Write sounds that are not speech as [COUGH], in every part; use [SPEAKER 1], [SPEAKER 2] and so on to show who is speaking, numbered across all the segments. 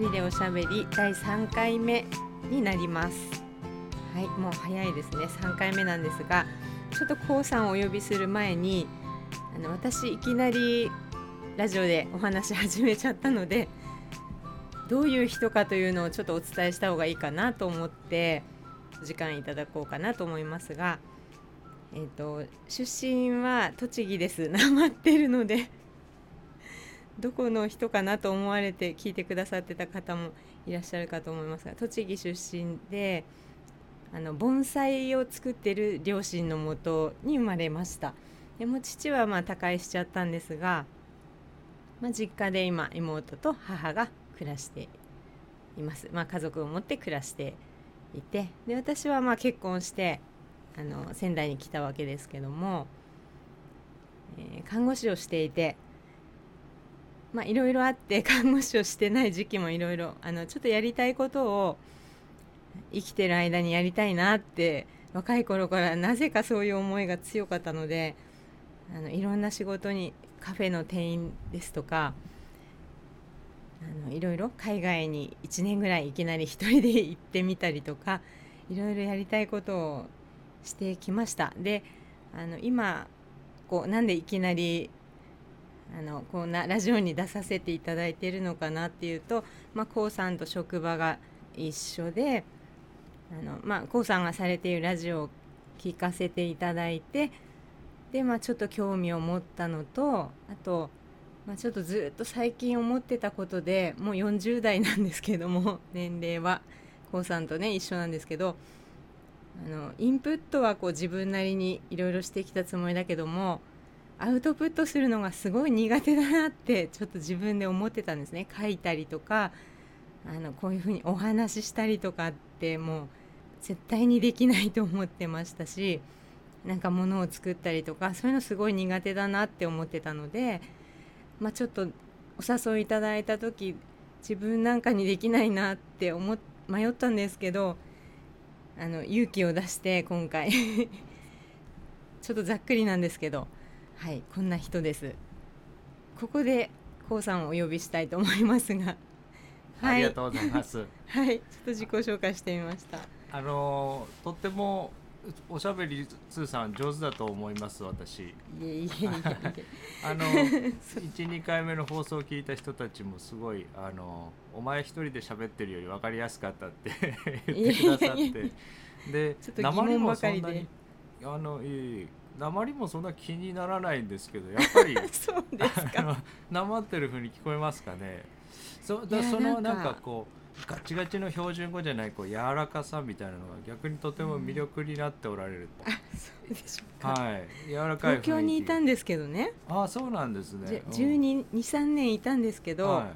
[SPEAKER 1] 人でおしゃべり第3回目になりますはいもう早いですね3回目なんですがちょっとこうさんをお呼びする前にあの私いきなりラジオでお話し始めちゃったのでどういう人かというのをちょっとお伝えした方がいいかなと思ってお時間いただこうかなと思いますが、えー、と出身は栃木です [LAUGHS] なまってるのでどこの人かなと思われて聞いてくださってた方もいらっしゃるかと思いますが栃木出身であの盆栽を作ってる両親のもとに生まれましたでもう父はまあ他界しちゃったんですが、まあ、実家で今妹と母が暮らしています、まあ、家族を持って暮らしていてで私はまあ結婚してあの仙台に来たわけですけども、えー看護師をしていてまあいろいろあって [LAUGHS] 看護師をしてない時期もいろいろあのちょっとやりたいことを生きてる間にやりたいなって若い頃からなぜかそういう思いが強かったのであのいろんな仕事にカフェの店員ですとかあのいろいろ海外に1年ぐらいいきなり一人で行ってみたりとかいろいろやりたいことをしてきましたであの今こうなんでいきなりあのこんなラジオに出させていただいてるのかなっていうと、まあ、こうさんと職場が一緒であの、まあ、こうさんがされているラジオを聞かせていただいてで、まあ、ちょっと興味を持ったのとあと、まあ、ちょっとずっと最近思ってたことでもう40代なんですけども [LAUGHS] 年齢はこうさんとね一緒なんですけどあのインプットはこう自分なりにいろいろしてきたつもりだけどもアウトプットするのがすごい苦手だなって [LAUGHS] ちょっと自分で思ってたんですね書いたりとかあのこういうふうにお話ししたりとかってもう絶対にできないと思ってましたしなんか物を作ったりとかそういうのすごい苦手だなって思ってたので、まあ、ちょっとお誘いいただいた時自分なんかにできないなって思っ迷ったんですけどあの勇気を出して今回 [LAUGHS] ちょっとざっくりなんですけどはいこんな人ですここでこうさんをお呼びしたいと思いますが
[SPEAKER 2] ありがとうございます。
[SPEAKER 1] はい、ちょっと自己紹介してみました。
[SPEAKER 2] あのーとってもおしゃべり通さん上手だと思います私。
[SPEAKER 1] いえいえいえいえ。
[SPEAKER 2] [LAUGHS] あの
[SPEAKER 1] [LAUGHS]
[SPEAKER 2] ー一二回目の放送を聞いた人たちもすごいあのーお前一人で喋ってるより分かりやすかったって
[SPEAKER 1] [LAUGHS]
[SPEAKER 2] 言ってくださ
[SPEAKER 1] いや
[SPEAKER 2] っ
[SPEAKER 1] いやい
[SPEAKER 2] て、で
[SPEAKER 1] ちょっと疑
[SPEAKER 2] 鉛
[SPEAKER 1] 問
[SPEAKER 2] も
[SPEAKER 1] ば
[SPEAKER 2] そ
[SPEAKER 1] か
[SPEAKER 2] ん
[SPEAKER 1] りで
[SPEAKER 2] なにあのいえいえ鉛もそんな気にならないんですけどやっぱり。
[SPEAKER 1] そうです
[SPEAKER 2] あ
[SPEAKER 1] か。
[SPEAKER 2] のなまってる風に聞こえますかねそ
[SPEAKER 1] い
[SPEAKER 2] だ
[SPEAKER 1] や
[SPEAKER 2] その
[SPEAKER 1] な
[SPEAKER 2] なんん
[SPEAKER 1] か
[SPEAKER 2] かこうガチガチの標準語じゃないこう柔らかさみたいなのが逆にとても魅力になっておられると、
[SPEAKER 1] あ、そうでしょうか。
[SPEAKER 2] はい柔らかい雰
[SPEAKER 1] 東
[SPEAKER 2] 囲気
[SPEAKER 1] 京にいたんですけどね。
[SPEAKER 2] ああそうなんです
[SPEAKER 1] じゅ
[SPEAKER 2] ね
[SPEAKER 1] 十二二三年いたんですけ
[SPEAKER 2] うん
[SPEAKER 1] ど、
[SPEAKER 2] は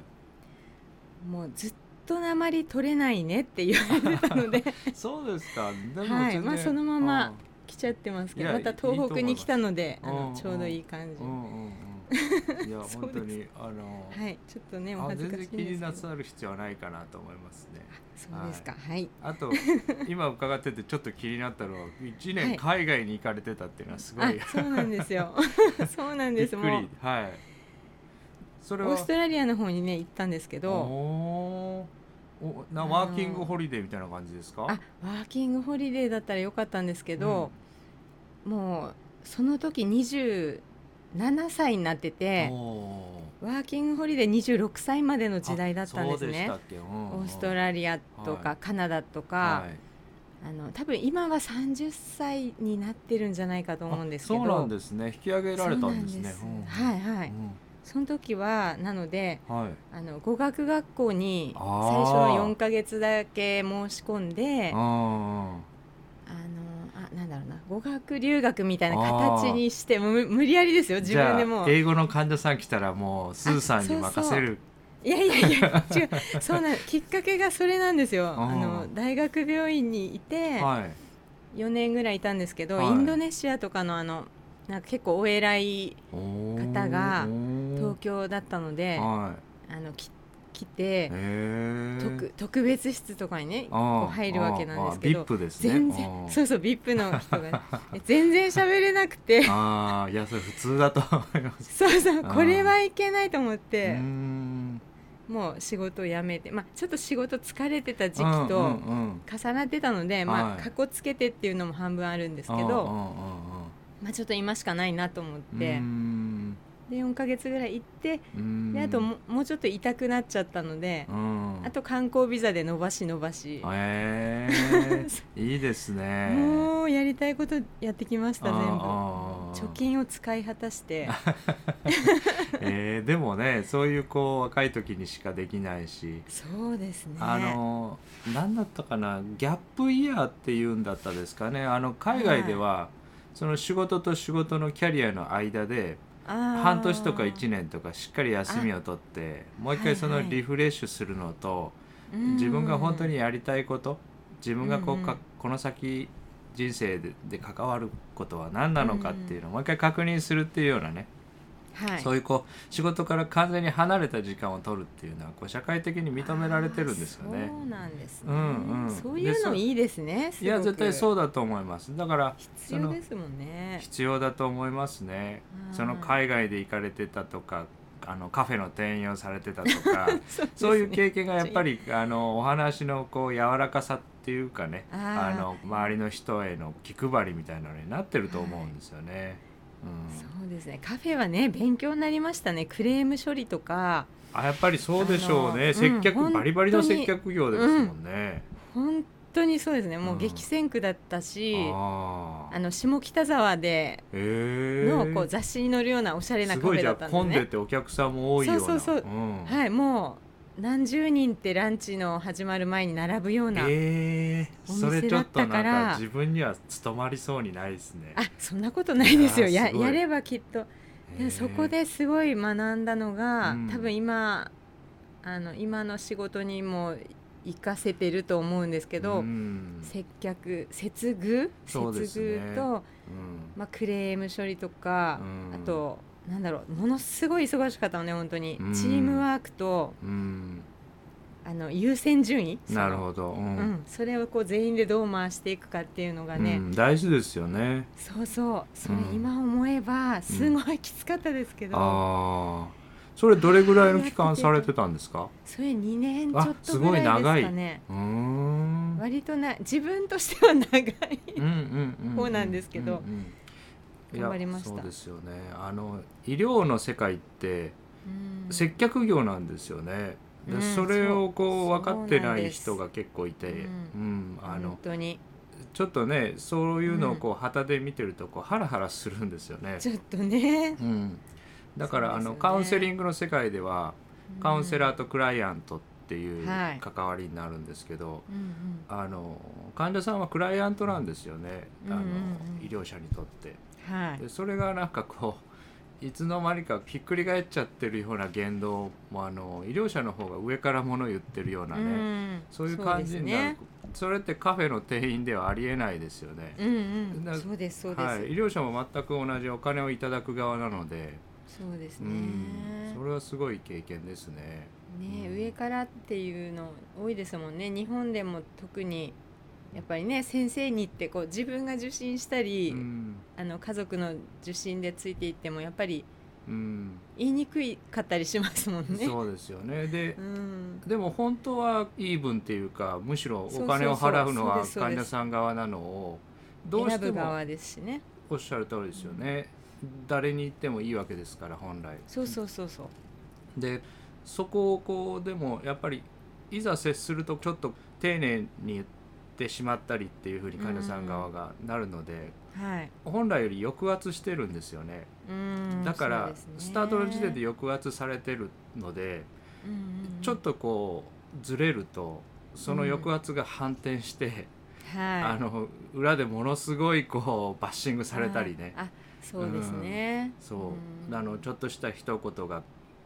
[SPEAKER 1] もうずっとなまり取れないねって言われてた
[SPEAKER 2] [LAUGHS]
[SPEAKER 1] ので
[SPEAKER 2] い、そうですかでも
[SPEAKER 1] はい
[SPEAKER 2] 全然
[SPEAKER 1] まあそのまま
[SPEAKER 2] うん
[SPEAKER 1] 来ちゃってますけ
[SPEAKER 2] い
[SPEAKER 1] ど、
[SPEAKER 2] や
[SPEAKER 1] また東北に来たので、あ
[SPEAKER 2] いいと思います
[SPEAKER 1] のちょうどいい感じ。
[SPEAKER 2] うんうんうん、いや
[SPEAKER 1] [LAUGHS] そうです
[SPEAKER 2] 本当にあの、
[SPEAKER 1] はい、ちょっとねお
[SPEAKER 2] あ
[SPEAKER 1] 恥ず
[SPEAKER 2] 全
[SPEAKER 1] かし
[SPEAKER 2] 然
[SPEAKER 1] い
[SPEAKER 2] 気
[SPEAKER 1] で
[SPEAKER 2] に
[SPEAKER 1] す
[SPEAKER 2] な
[SPEAKER 1] けど。
[SPEAKER 2] さる必要はないかなと思います
[SPEAKER 1] [LAUGHS]
[SPEAKER 2] ね。
[SPEAKER 1] そうですか。はい。
[SPEAKER 2] あと今伺っててちょっと気になったのは1
[SPEAKER 1] はい
[SPEAKER 2] 年海外に行かれてたっていうのはすごい、
[SPEAKER 1] あ、そうなんです
[SPEAKER 2] [LAUGHS]
[SPEAKER 1] よ。そうなん
[SPEAKER 2] び
[SPEAKER 1] で
[SPEAKER 2] っ
[SPEAKER 1] す。
[SPEAKER 2] く
[SPEAKER 1] もう
[SPEAKER 2] りはいそ
[SPEAKER 1] オ
[SPEAKER 2] れは
[SPEAKER 1] ーストラリアの方にね行ったんですけど。
[SPEAKER 2] おーおな
[SPEAKER 1] あの
[SPEAKER 2] ワーキングホリデーみたいな感じですか
[SPEAKER 1] あワーキングホリデーだったらよかったんですけど、もうその時27歳になってて
[SPEAKER 2] お
[SPEAKER 1] ワーキングホリデー26歳までの時代だったんですね
[SPEAKER 2] そうでしたっけ、うんうん
[SPEAKER 1] オーストラリアと
[SPEAKER 2] は
[SPEAKER 1] か
[SPEAKER 2] い
[SPEAKER 1] カナダとか、
[SPEAKER 2] い
[SPEAKER 1] あの多分今は30歳になってるんじゃないかと思うんですけど
[SPEAKER 2] あそうなんですね引き上げられたんですね
[SPEAKER 1] そうなんですはいはいその時はなので
[SPEAKER 2] うんはい
[SPEAKER 1] あの語学学校に最初
[SPEAKER 2] あー
[SPEAKER 1] は4ヶ月だけ申し込んであ
[SPEAKER 2] あ
[SPEAKER 1] のあなんだろうな語学留学みたいな形にしてもうむ無理やりですよ
[SPEAKER 2] ー
[SPEAKER 1] 自
[SPEAKER 2] じゃ
[SPEAKER 1] 分でも
[SPEAKER 2] あ
[SPEAKER 1] うい
[SPEAKER 2] 英語の患者さん来たらもうスーさんに任せる
[SPEAKER 1] やいやいや
[SPEAKER 2] [LAUGHS]
[SPEAKER 1] 違うそうなんきっかけがそれなんですよ
[SPEAKER 2] ー
[SPEAKER 1] あの大学病院にいて
[SPEAKER 2] はい
[SPEAKER 1] 4年ぐらいいたんですけど、
[SPEAKER 2] はい
[SPEAKER 1] インドネシアとかのあのなんか結構お偉い
[SPEAKER 2] 方
[SPEAKER 1] 方が
[SPEAKER 2] 東
[SPEAKER 1] 東京だったので、
[SPEAKER 2] はい
[SPEAKER 1] あのき来て
[SPEAKER 2] へー
[SPEAKER 1] 特特別室とかにねこう
[SPEAKER 2] あー
[SPEAKER 1] 入るわけなんですけ
[SPEAKER 2] あー
[SPEAKER 1] ど
[SPEAKER 2] あー VIP ですね
[SPEAKER 1] 全然、
[SPEAKER 2] あー
[SPEAKER 1] そうそう VIP の人がね全然喋れなくて
[SPEAKER 2] [LAUGHS] あーいやそれ普通だと思います
[SPEAKER 1] そうそう
[SPEAKER 2] あー
[SPEAKER 1] これはいけないと思っ
[SPEAKER 2] うー
[SPEAKER 1] て
[SPEAKER 2] ん
[SPEAKER 1] もう仕事を辞めて、まあ、ちょっと仕事疲れてた時期
[SPEAKER 2] うん
[SPEAKER 1] と
[SPEAKER 2] うんうん
[SPEAKER 1] 重なってたので、まあ
[SPEAKER 2] はい
[SPEAKER 1] かっこつけてっていうのも半分あるんですけ
[SPEAKER 2] う
[SPEAKER 1] ど、
[SPEAKER 2] んうんうんうん
[SPEAKER 1] まあ、ちょっと今しかないなと思っ
[SPEAKER 2] う
[SPEAKER 1] て
[SPEAKER 2] ーん
[SPEAKER 1] で4ヶ月ぐらい行って
[SPEAKER 2] うーん
[SPEAKER 1] であとももうちょっと痛くなっちゃったので
[SPEAKER 2] うん
[SPEAKER 1] あと観光ビザで伸ばし伸ばし、[LAUGHS]
[SPEAKER 2] へえいいですね
[SPEAKER 1] もうやりたいことやってきました全部
[SPEAKER 2] あー
[SPEAKER 1] 貯金を使い果たして
[SPEAKER 2] [LAUGHS] えーでもねそういうこう若い時にしかできないし
[SPEAKER 1] そうですね
[SPEAKER 2] あの何だったかなギャップイヤーっていうんだったですかねあの海外では、その仕事と仕事のキャリアの間で半
[SPEAKER 1] 半
[SPEAKER 2] 年とか1年とかしっかり休みを取ってもう一
[SPEAKER 1] はい
[SPEAKER 2] 回その
[SPEAKER 1] はい
[SPEAKER 2] リフレッシュするのと、自分が本当にやりたいこと自分がこうか、
[SPEAKER 1] うんうん
[SPEAKER 2] この先人生でで関わることは何なのかっていうのをもう一回確認するっていうようなね、
[SPEAKER 1] はい、
[SPEAKER 2] そういうこう仕事から完全に離れた時間を取るっていうのはこう社会的に認められてるんですよ
[SPEAKER 1] あー
[SPEAKER 2] ね。
[SPEAKER 1] そうなんですね。
[SPEAKER 2] うんうん
[SPEAKER 1] そういうの
[SPEAKER 2] でそ
[SPEAKER 1] いいですね。
[SPEAKER 2] いや絶対
[SPEAKER 1] う
[SPEAKER 2] そうだと思います。だから
[SPEAKER 1] 必要ですもんね。
[SPEAKER 2] 必要だと思いますね。
[SPEAKER 1] うん
[SPEAKER 2] その海外で行かれてたとか、あのカフェの店員をされてたとか、
[SPEAKER 1] そうですね
[SPEAKER 2] そういう経験がやっぱりあのお話のこう柔らかさっていうかね、
[SPEAKER 1] あー
[SPEAKER 2] あの周りの人への気配りみたいなのになってると思うんですよね。うん。
[SPEAKER 1] そうですね。カフェはね勉強になりましたね。クレーム処理とか
[SPEAKER 2] あやっぱりそうでしょう
[SPEAKER 1] あのう
[SPEAKER 2] ね。
[SPEAKER 1] ん
[SPEAKER 2] 接客、
[SPEAKER 1] 本当に
[SPEAKER 2] バリバリの接客業ですもんね。
[SPEAKER 1] 本当にそうですね。も
[SPEAKER 2] うん
[SPEAKER 1] う激戦区だったし、
[SPEAKER 2] あ
[SPEAKER 1] あの下北沢で
[SPEAKER 2] え
[SPEAKER 1] のこう雑誌に載るようなおしゃれな
[SPEAKER 2] す
[SPEAKER 1] カフ
[SPEAKER 2] ごい
[SPEAKER 1] ェ
[SPEAKER 2] じ
[SPEAKER 1] だ
[SPEAKER 2] ゃ
[SPEAKER 1] っ
[SPEAKER 2] あ
[SPEAKER 1] たん
[SPEAKER 2] 混ん
[SPEAKER 1] で
[SPEAKER 2] で
[SPEAKER 1] ね。
[SPEAKER 2] てお客さんも多いような
[SPEAKER 1] そうそうそうんはい、もう何十人ってランチの始まる前に並ぶような。
[SPEAKER 2] えー、
[SPEAKER 1] お
[SPEAKER 2] それ
[SPEAKER 1] 店
[SPEAKER 2] ちょ
[SPEAKER 1] だ
[SPEAKER 2] っ
[SPEAKER 1] っ
[SPEAKER 2] と
[SPEAKER 1] た
[SPEAKER 2] な
[SPEAKER 1] か
[SPEAKER 2] ん
[SPEAKER 1] ら
[SPEAKER 2] か自分には務まりそうにないですね。
[SPEAKER 1] あそんなことないですよ
[SPEAKER 2] いやー
[SPEAKER 1] や
[SPEAKER 2] すごい
[SPEAKER 1] やればきっとで
[SPEAKER 2] へー
[SPEAKER 1] そこですごい学んだのが、
[SPEAKER 2] うん
[SPEAKER 1] 多分今あの今の仕事にも生かせてると思うんですけど、
[SPEAKER 2] うん
[SPEAKER 1] 接客接遇
[SPEAKER 2] そうです
[SPEAKER 1] 接
[SPEAKER 2] ね
[SPEAKER 1] 遇と、
[SPEAKER 2] うん
[SPEAKER 1] まあ、クレーム処理とか、
[SPEAKER 2] うん
[SPEAKER 1] あとなんだろうものすごい忙しかったのね本当に、
[SPEAKER 2] うん
[SPEAKER 1] チームワークと
[SPEAKER 2] うん、
[SPEAKER 1] あの優先順位
[SPEAKER 2] なる
[SPEAKER 1] ど、
[SPEAKER 2] ほど、う
[SPEAKER 1] うんん、それをこう全員でどう回していくかっていうのがね、
[SPEAKER 2] うん大事ですよね。
[SPEAKER 1] そうそうそれ
[SPEAKER 2] うん
[SPEAKER 1] 今思えばすごいきつかったですけど、
[SPEAKER 2] ああそれどれぐらいの期間されてたんですか
[SPEAKER 1] それ2年ちょ
[SPEAKER 2] あ
[SPEAKER 1] っ
[SPEAKER 2] す
[SPEAKER 1] とぐ
[SPEAKER 2] ご
[SPEAKER 1] ら
[SPEAKER 2] い
[SPEAKER 1] いです
[SPEAKER 2] 長い
[SPEAKER 1] かね
[SPEAKER 2] うーん
[SPEAKER 1] 割とな自分としては長い
[SPEAKER 2] こ
[SPEAKER 1] 方なんですけど頑張りました
[SPEAKER 2] そうですよねあの医療の世界って
[SPEAKER 1] うん
[SPEAKER 2] 接客業なんですよね、で
[SPEAKER 1] うん
[SPEAKER 2] それをこう
[SPEAKER 1] そう
[SPEAKER 2] 分かって
[SPEAKER 1] そうな
[SPEAKER 2] なんい
[SPEAKER 1] です
[SPEAKER 2] 人が結構いて、う
[SPEAKER 1] うん
[SPEAKER 2] んあの
[SPEAKER 1] 本当に
[SPEAKER 2] ちょっとねそういうのをこう旗で見てるとこうハラハラするんですよね、
[SPEAKER 1] ちょっとね
[SPEAKER 2] うん、だから、
[SPEAKER 1] そう
[SPEAKER 2] あ
[SPEAKER 1] ですよ
[SPEAKER 2] の
[SPEAKER 1] ね
[SPEAKER 2] カウンセリングの世界ではカウンセラー
[SPEAKER 1] ー
[SPEAKER 2] とクライアントっていう
[SPEAKER 1] はい
[SPEAKER 2] 関わりになるんですけど、
[SPEAKER 1] うんうん
[SPEAKER 2] あの患者さんはクライアントなんですよね、あの
[SPEAKER 1] うんうんうん
[SPEAKER 2] 医療者にとって。
[SPEAKER 1] はい
[SPEAKER 2] でそれがなんかこういつの間にかひっくり返っちゃってるような言動もあの医療者の方が上から物言ってるようなね、
[SPEAKER 1] ん
[SPEAKER 2] そういう感じになる
[SPEAKER 1] そ
[SPEAKER 2] そ,、れってカフェの店員ではありえないですよね
[SPEAKER 1] うですね、うんう
[SPEAKER 2] だ
[SPEAKER 1] んそうですそうです、
[SPEAKER 2] はい、医療者も全く同じお金をいただく側なので、
[SPEAKER 1] そうです
[SPEAKER 2] う
[SPEAKER 1] ね
[SPEAKER 2] ん、それはすごい経験ですね。
[SPEAKER 1] ね
[SPEAKER 2] うん
[SPEAKER 1] 上からっていうの多いですもんね日本でも特にやっぱりね先生にってこう自分が受診したり、
[SPEAKER 2] うん
[SPEAKER 1] あの家族の受診でついていってもやっぱり
[SPEAKER 2] うん
[SPEAKER 1] 言いにくいかったりしますもんね。
[SPEAKER 2] そうですよねで
[SPEAKER 1] うん、
[SPEAKER 2] でも本当はイーブンっていうかむしろお
[SPEAKER 1] そうそう
[SPEAKER 2] 金
[SPEAKER 1] そう
[SPEAKER 2] を払うの
[SPEAKER 1] そう
[SPEAKER 2] は
[SPEAKER 1] ですそうで
[SPEAKER 2] 患
[SPEAKER 1] す
[SPEAKER 2] 者さん側なのをどうし
[SPEAKER 1] 選
[SPEAKER 2] て
[SPEAKER 1] ぶ
[SPEAKER 2] も
[SPEAKER 1] 側ですしね。
[SPEAKER 2] おっしゃる通りですよね、誰に言ってもいいわけですから本来
[SPEAKER 1] そうそうそうそう。
[SPEAKER 2] でそこをこうでもやっぱりいざ接するとちょっと丁寧に言ってしまったりっていうふうに患者さん側がなるので、
[SPEAKER 1] はい。
[SPEAKER 2] 本来より抑圧してるんですよね
[SPEAKER 1] うん。
[SPEAKER 2] だか
[SPEAKER 1] そ
[SPEAKER 2] ら
[SPEAKER 1] うですね
[SPEAKER 2] スタートの時点で、抑圧されてるので、
[SPEAKER 1] うんうんうん
[SPEAKER 2] ちょっとこうずれるとその抑圧が反転して、 [LAUGHS]
[SPEAKER 1] はい、
[SPEAKER 2] あの裏でものすごいこうバッシングされたりね、
[SPEAKER 1] あ、あそうですね。
[SPEAKER 2] そう、あのちょっとした一言が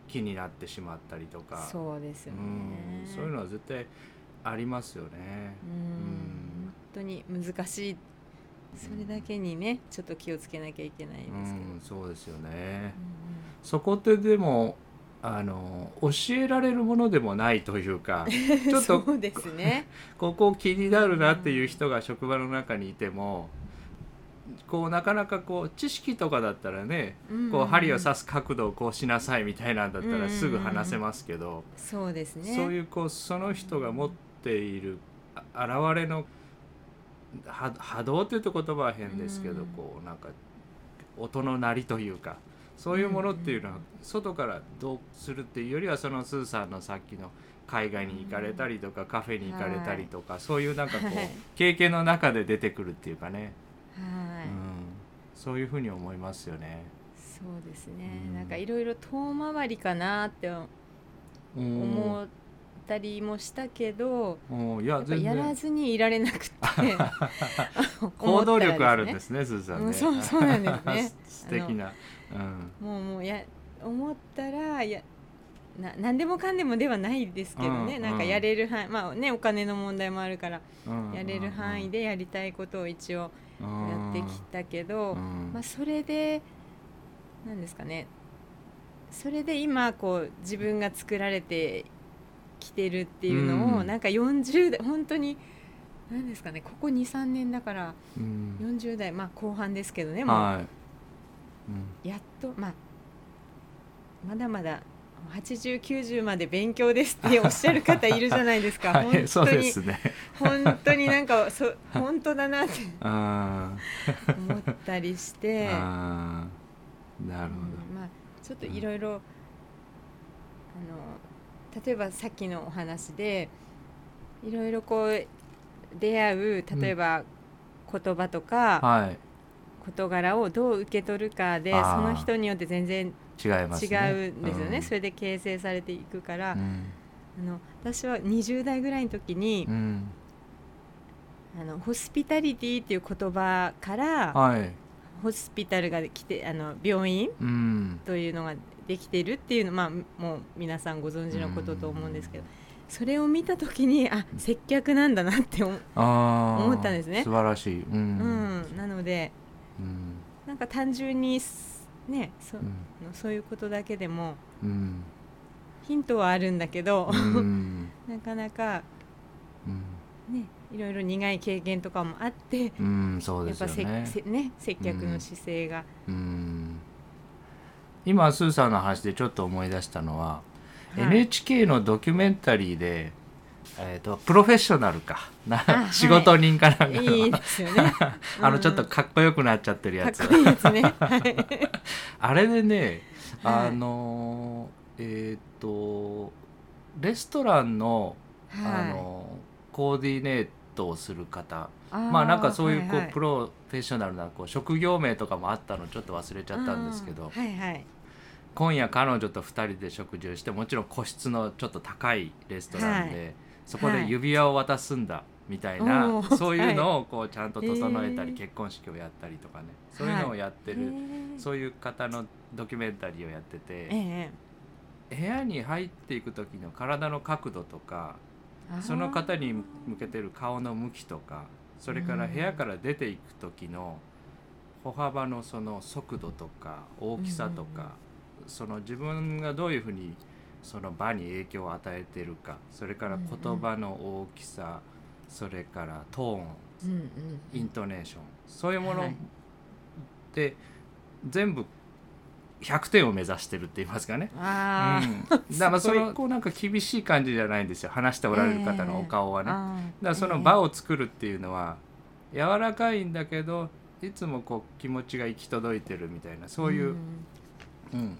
[SPEAKER 2] 気になってしまったりと
[SPEAKER 1] と
[SPEAKER 2] か
[SPEAKER 1] そうですよね。
[SPEAKER 2] うんそういうのは絶対ありますよね。
[SPEAKER 1] うん
[SPEAKER 2] うん
[SPEAKER 1] 本当に難しい。それだけにね、ちょっと気をつけなきゃいけない
[SPEAKER 2] うん
[SPEAKER 1] ですけど。うん
[SPEAKER 2] ん、そうですよね。
[SPEAKER 1] うん
[SPEAKER 2] そこってでもあの教えられるものでもないとい
[SPEAKER 1] [LAUGHS]
[SPEAKER 2] うかちょっと
[SPEAKER 1] そうですね。
[SPEAKER 2] ここ気になるなっていう人が職場の中にいてもこうなかなかこう知識とかだったらねこう針を
[SPEAKER 1] さ
[SPEAKER 2] 刺す角度をこうしなさいみたいなんだった
[SPEAKER 1] うんうんう
[SPEAKER 2] ら
[SPEAKER 1] ん
[SPEAKER 2] すぐ話せますけど、
[SPEAKER 1] そうですね
[SPEAKER 2] そういうこうその人が持っているあ現れのは波動というと言葉は変ですけ
[SPEAKER 1] う
[SPEAKER 2] ど、
[SPEAKER 1] ん
[SPEAKER 2] こうなんか音の鳴りというかそういうものっていうのは
[SPEAKER 1] うん
[SPEAKER 2] 外からどうするっていうよりはそのスーさんのさっきの海外に行かれたりとかカフェに行かれたりとか、そういうなんかこう
[SPEAKER 1] はい
[SPEAKER 2] 経験の中で出てくるっていうかね、
[SPEAKER 1] はい、
[SPEAKER 2] うん、そういうふうに思いますよね。
[SPEAKER 1] そうです
[SPEAKER 2] う
[SPEAKER 1] ね
[SPEAKER 2] ん
[SPEAKER 1] なんかいろいろ遠回りかなって
[SPEAKER 2] うん
[SPEAKER 1] 思ったりもしたけど、
[SPEAKER 2] うんいや
[SPEAKER 1] やっぱ
[SPEAKER 2] 全
[SPEAKER 1] やら
[SPEAKER 2] 然
[SPEAKER 1] ずにいられなく
[SPEAKER 2] [LAUGHS]
[SPEAKER 1] て [LAUGHS]
[SPEAKER 2] 行動力あるんですすねすずさんね、
[SPEAKER 1] うんそうそうなんですね
[SPEAKER 2] [LAUGHS] 素敵な、うん、
[SPEAKER 1] もうもうや思ったらやな何でもかんでもではないですけどね、
[SPEAKER 2] うん
[SPEAKER 1] なんかやれる範囲まあねお金の問題もあるから
[SPEAKER 2] うん
[SPEAKER 1] やれる範囲でやりたいことを一応やってきたけ
[SPEAKER 2] と
[SPEAKER 1] ど、まあ、それで何ですかねそれで今こう自分が作られてきてるっていうのを、
[SPEAKER 2] うん
[SPEAKER 1] なんか40代本当に何ですかねここ23年だから
[SPEAKER 2] うん
[SPEAKER 1] 40代、まあ、後半ですけどねもう
[SPEAKER 2] はい、うん
[SPEAKER 1] やっと、まあ、まだまだ8090まで勉強ですっておっしゃる方いるじゃないですか、
[SPEAKER 2] [LAUGHS] はい、そ
[SPEAKER 1] 本
[SPEAKER 2] う
[SPEAKER 1] 当
[SPEAKER 2] で
[SPEAKER 1] に
[SPEAKER 2] すね。
[SPEAKER 1] 本当になん
[SPEAKER 2] [LAUGHS]
[SPEAKER 1] かそ本当だなって
[SPEAKER 2] あ
[SPEAKER 1] 思ったりし
[SPEAKER 2] ー
[SPEAKER 1] て、
[SPEAKER 2] [LAUGHS] あー、なる
[SPEAKER 1] うんまあ、ちょっといろいろあの例えばさっきのお話でいろいろこう出会う例えば言葉と
[SPEAKER 2] ほど。
[SPEAKER 1] か
[SPEAKER 2] はい、
[SPEAKER 1] 事柄をどう受け取るかでそ
[SPEAKER 2] あー
[SPEAKER 1] の人によって全然
[SPEAKER 2] 違います
[SPEAKER 1] 違
[SPEAKER 2] ね。
[SPEAKER 1] うんですよね、
[SPEAKER 2] うん
[SPEAKER 1] それで形成されていくから、
[SPEAKER 2] うん、
[SPEAKER 1] あの私は20代ぐらいの時に
[SPEAKER 2] う、ん、
[SPEAKER 1] あのホスピタリティっていう言葉から
[SPEAKER 2] はい、
[SPEAKER 1] ホスピタルが来てあの病院
[SPEAKER 2] うん。
[SPEAKER 1] というのができてるっていうのまあもう皆さんご存知のことと思うんですけど、それを見た時にあ接客なんだなって思,、
[SPEAKER 2] ああ、
[SPEAKER 1] 思ったんですね
[SPEAKER 2] 素晴らしい。う、
[SPEAKER 1] うんん、なので
[SPEAKER 2] うん、
[SPEAKER 1] なんか単純にすねそ,、
[SPEAKER 2] うん、
[SPEAKER 1] そういうことだけでも
[SPEAKER 2] うん、
[SPEAKER 1] ヒントはあるんだけど
[SPEAKER 2] う、ん、
[SPEAKER 1] [LAUGHS] なかなか
[SPEAKER 2] うん
[SPEAKER 1] ねいろいろ苦い経験とかもあって。
[SPEAKER 2] うん、そう
[SPEAKER 1] やっ
[SPEAKER 2] ですよ
[SPEAKER 1] ぱせ
[SPEAKER 2] ね。
[SPEAKER 1] せね接客の姿勢が、
[SPEAKER 2] うん今スーさんの話でちょっと思い出したのは、
[SPEAKER 1] はい
[SPEAKER 2] NHK のドキュメンタリーで、えー、とプロフェッショナルかな、
[SPEAKER 1] はい
[SPEAKER 2] 仕事人かなんかの
[SPEAKER 1] いいですよね
[SPEAKER 2] [LAUGHS] あ
[SPEAKER 1] う
[SPEAKER 2] の
[SPEAKER 1] ん
[SPEAKER 2] ちょっとかっこよくなっちゃってる
[SPEAKER 1] か
[SPEAKER 2] や
[SPEAKER 1] っ
[SPEAKER 2] つ、
[SPEAKER 1] こいいです
[SPEAKER 2] [LAUGHS]
[SPEAKER 1] ね、はい、
[SPEAKER 2] あれでね
[SPEAKER 1] はい
[SPEAKER 2] あのえっ、とレストランの,、あのコーディネートをする方
[SPEAKER 1] はい
[SPEAKER 2] まあなんかそういうこう、
[SPEAKER 1] はいはい
[SPEAKER 2] プロフェッショナルなこう職業名とかもあったのちょっと忘れちゃったんですけど、
[SPEAKER 1] あーはいはい
[SPEAKER 2] 今夜彼女と2人で食事をしてもちろん個室のちょっと高いレストランで、
[SPEAKER 1] は
[SPEAKER 2] そこで指輪を渡すんだみたいな、
[SPEAKER 1] おー
[SPEAKER 2] そういうのをこうちゃんと整えたり、
[SPEAKER 1] へー
[SPEAKER 2] 結婚式をやったりとかねそういうのをやってる、そういう方のドキュメンタリーをやって
[SPEAKER 1] ええ
[SPEAKER 2] て部屋に入っていく時の体の角度とか
[SPEAKER 1] あー
[SPEAKER 2] その方に向けてる顔の向きとかそれから
[SPEAKER 1] うん
[SPEAKER 2] 部屋から出ていく時の歩幅のその速度とか大きさとか、その自分がどういうふうにその場に影響を与えてるかそれから言葉の大きさ、それからト
[SPEAKER 1] う
[SPEAKER 2] ーン
[SPEAKER 1] んうん
[SPEAKER 2] イントネーションそういうも
[SPEAKER 1] は
[SPEAKER 2] の
[SPEAKER 1] い
[SPEAKER 2] で全部100点を目指してるって言いますかね。 [LAUGHS]
[SPEAKER 1] あー、
[SPEAKER 2] うん、だから
[SPEAKER 1] す
[SPEAKER 2] そ
[SPEAKER 1] ごい
[SPEAKER 2] のこうなんか厳しい感じじゃないんですよ話しておられる方のお顔はね。
[SPEAKER 1] あー
[SPEAKER 2] だからその場を作るっていうのは柔らかいんだけどいつもこう気持ちが行き届いてるみたいなそういう、
[SPEAKER 1] ん
[SPEAKER 2] うん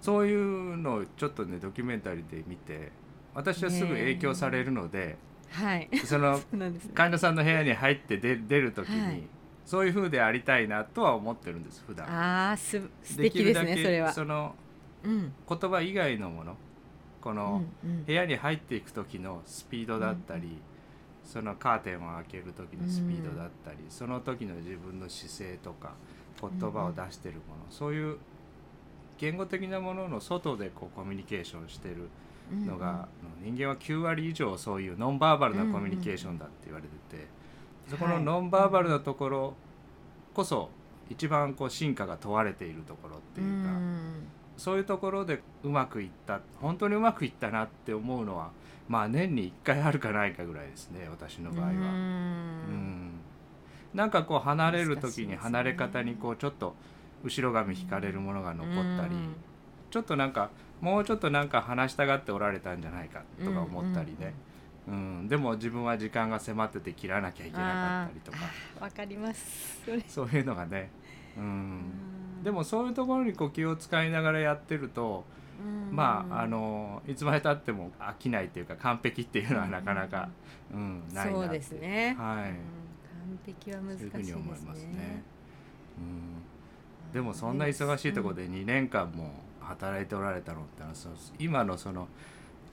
[SPEAKER 2] そういうのをちょっとねドキュメンタリーで見て私はすぐ影響されるので、
[SPEAKER 1] はい
[SPEAKER 2] その
[SPEAKER 1] そうなんですね
[SPEAKER 2] 患者さんの部屋に入って出出る時に、
[SPEAKER 1] はい
[SPEAKER 2] そういう風でありたいなとは思ってるんです普段
[SPEAKER 1] あーす素
[SPEAKER 2] でき
[SPEAKER 1] 敵
[SPEAKER 2] る
[SPEAKER 1] です
[SPEAKER 2] だけ
[SPEAKER 1] ねそれは
[SPEAKER 2] その
[SPEAKER 1] うん
[SPEAKER 2] 言葉以外のものこ
[SPEAKER 1] う
[SPEAKER 2] の、
[SPEAKER 1] んうん
[SPEAKER 2] 部屋に入っていく時のスピードだったり、そのカーテンを開ける時のスピードだったり、その時の自分の姿勢とか言葉を出してるもの、そういう言語的なものの外でこうコミュニケーションしてる
[SPEAKER 1] うん
[SPEAKER 2] のが、人間は9割以上そういうノンバーバルなコミュニケーションだって言われてて、
[SPEAKER 1] うんうん
[SPEAKER 2] そこのノンバーバルなところこそ一番こう進化が問われているところっていうか。
[SPEAKER 1] ん
[SPEAKER 2] そういうところでうまくいった本当にうまくいったなって思うのはまあ年に1回あるかないかぐらいですね私の場合は。
[SPEAKER 1] う
[SPEAKER 2] うん
[SPEAKER 1] ん
[SPEAKER 2] なんかこう離れる
[SPEAKER 1] 難
[SPEAKER 2] 時
[SPEAKER 1] しいです
[SPEAKER 2] に
[SPEAKER 1] ね
[SPEAKER 2] 離れ方にこうちょっと後ろ髪引かれるものが残ったり、ちょっとなんかもうちょっとなんか話したがっておられたんじゃないかとか思ったりね、うんでも自分は時間が迫ってて切らなきゃいけなかったりとか
[SPEAKER 1] あーわかりますそれ、
[SPEAKER 2] そういうのがね、うん、でもそういうところにこう気を使いながらやってると、
[SPEAKER 1] うん
[SPEAKER 2] まああのいつまでたっても飽きないというか完璧っていうのはなかなか、うんないな
[SPEAKER 1] そう
[SPEAKER 2] って
[SPEAKER 1] ですね、
[SPEAKER 2] はい
[SPEAKER 1] うん完璧は難し
[SPEAKER 2] そうい
[SPEAKER 1] いう
[SPEAKER 2] ふう
[SPEAKER 1] で
[SPEAKER 2] に
[SPEAKER 1] す
[SPEAKER 2] 思い
[SPEAKER 1] ね
[SPEAKER 2] ますね。うん、でもそんな忙しいところで2年間も働いておられたのってのはそう今のその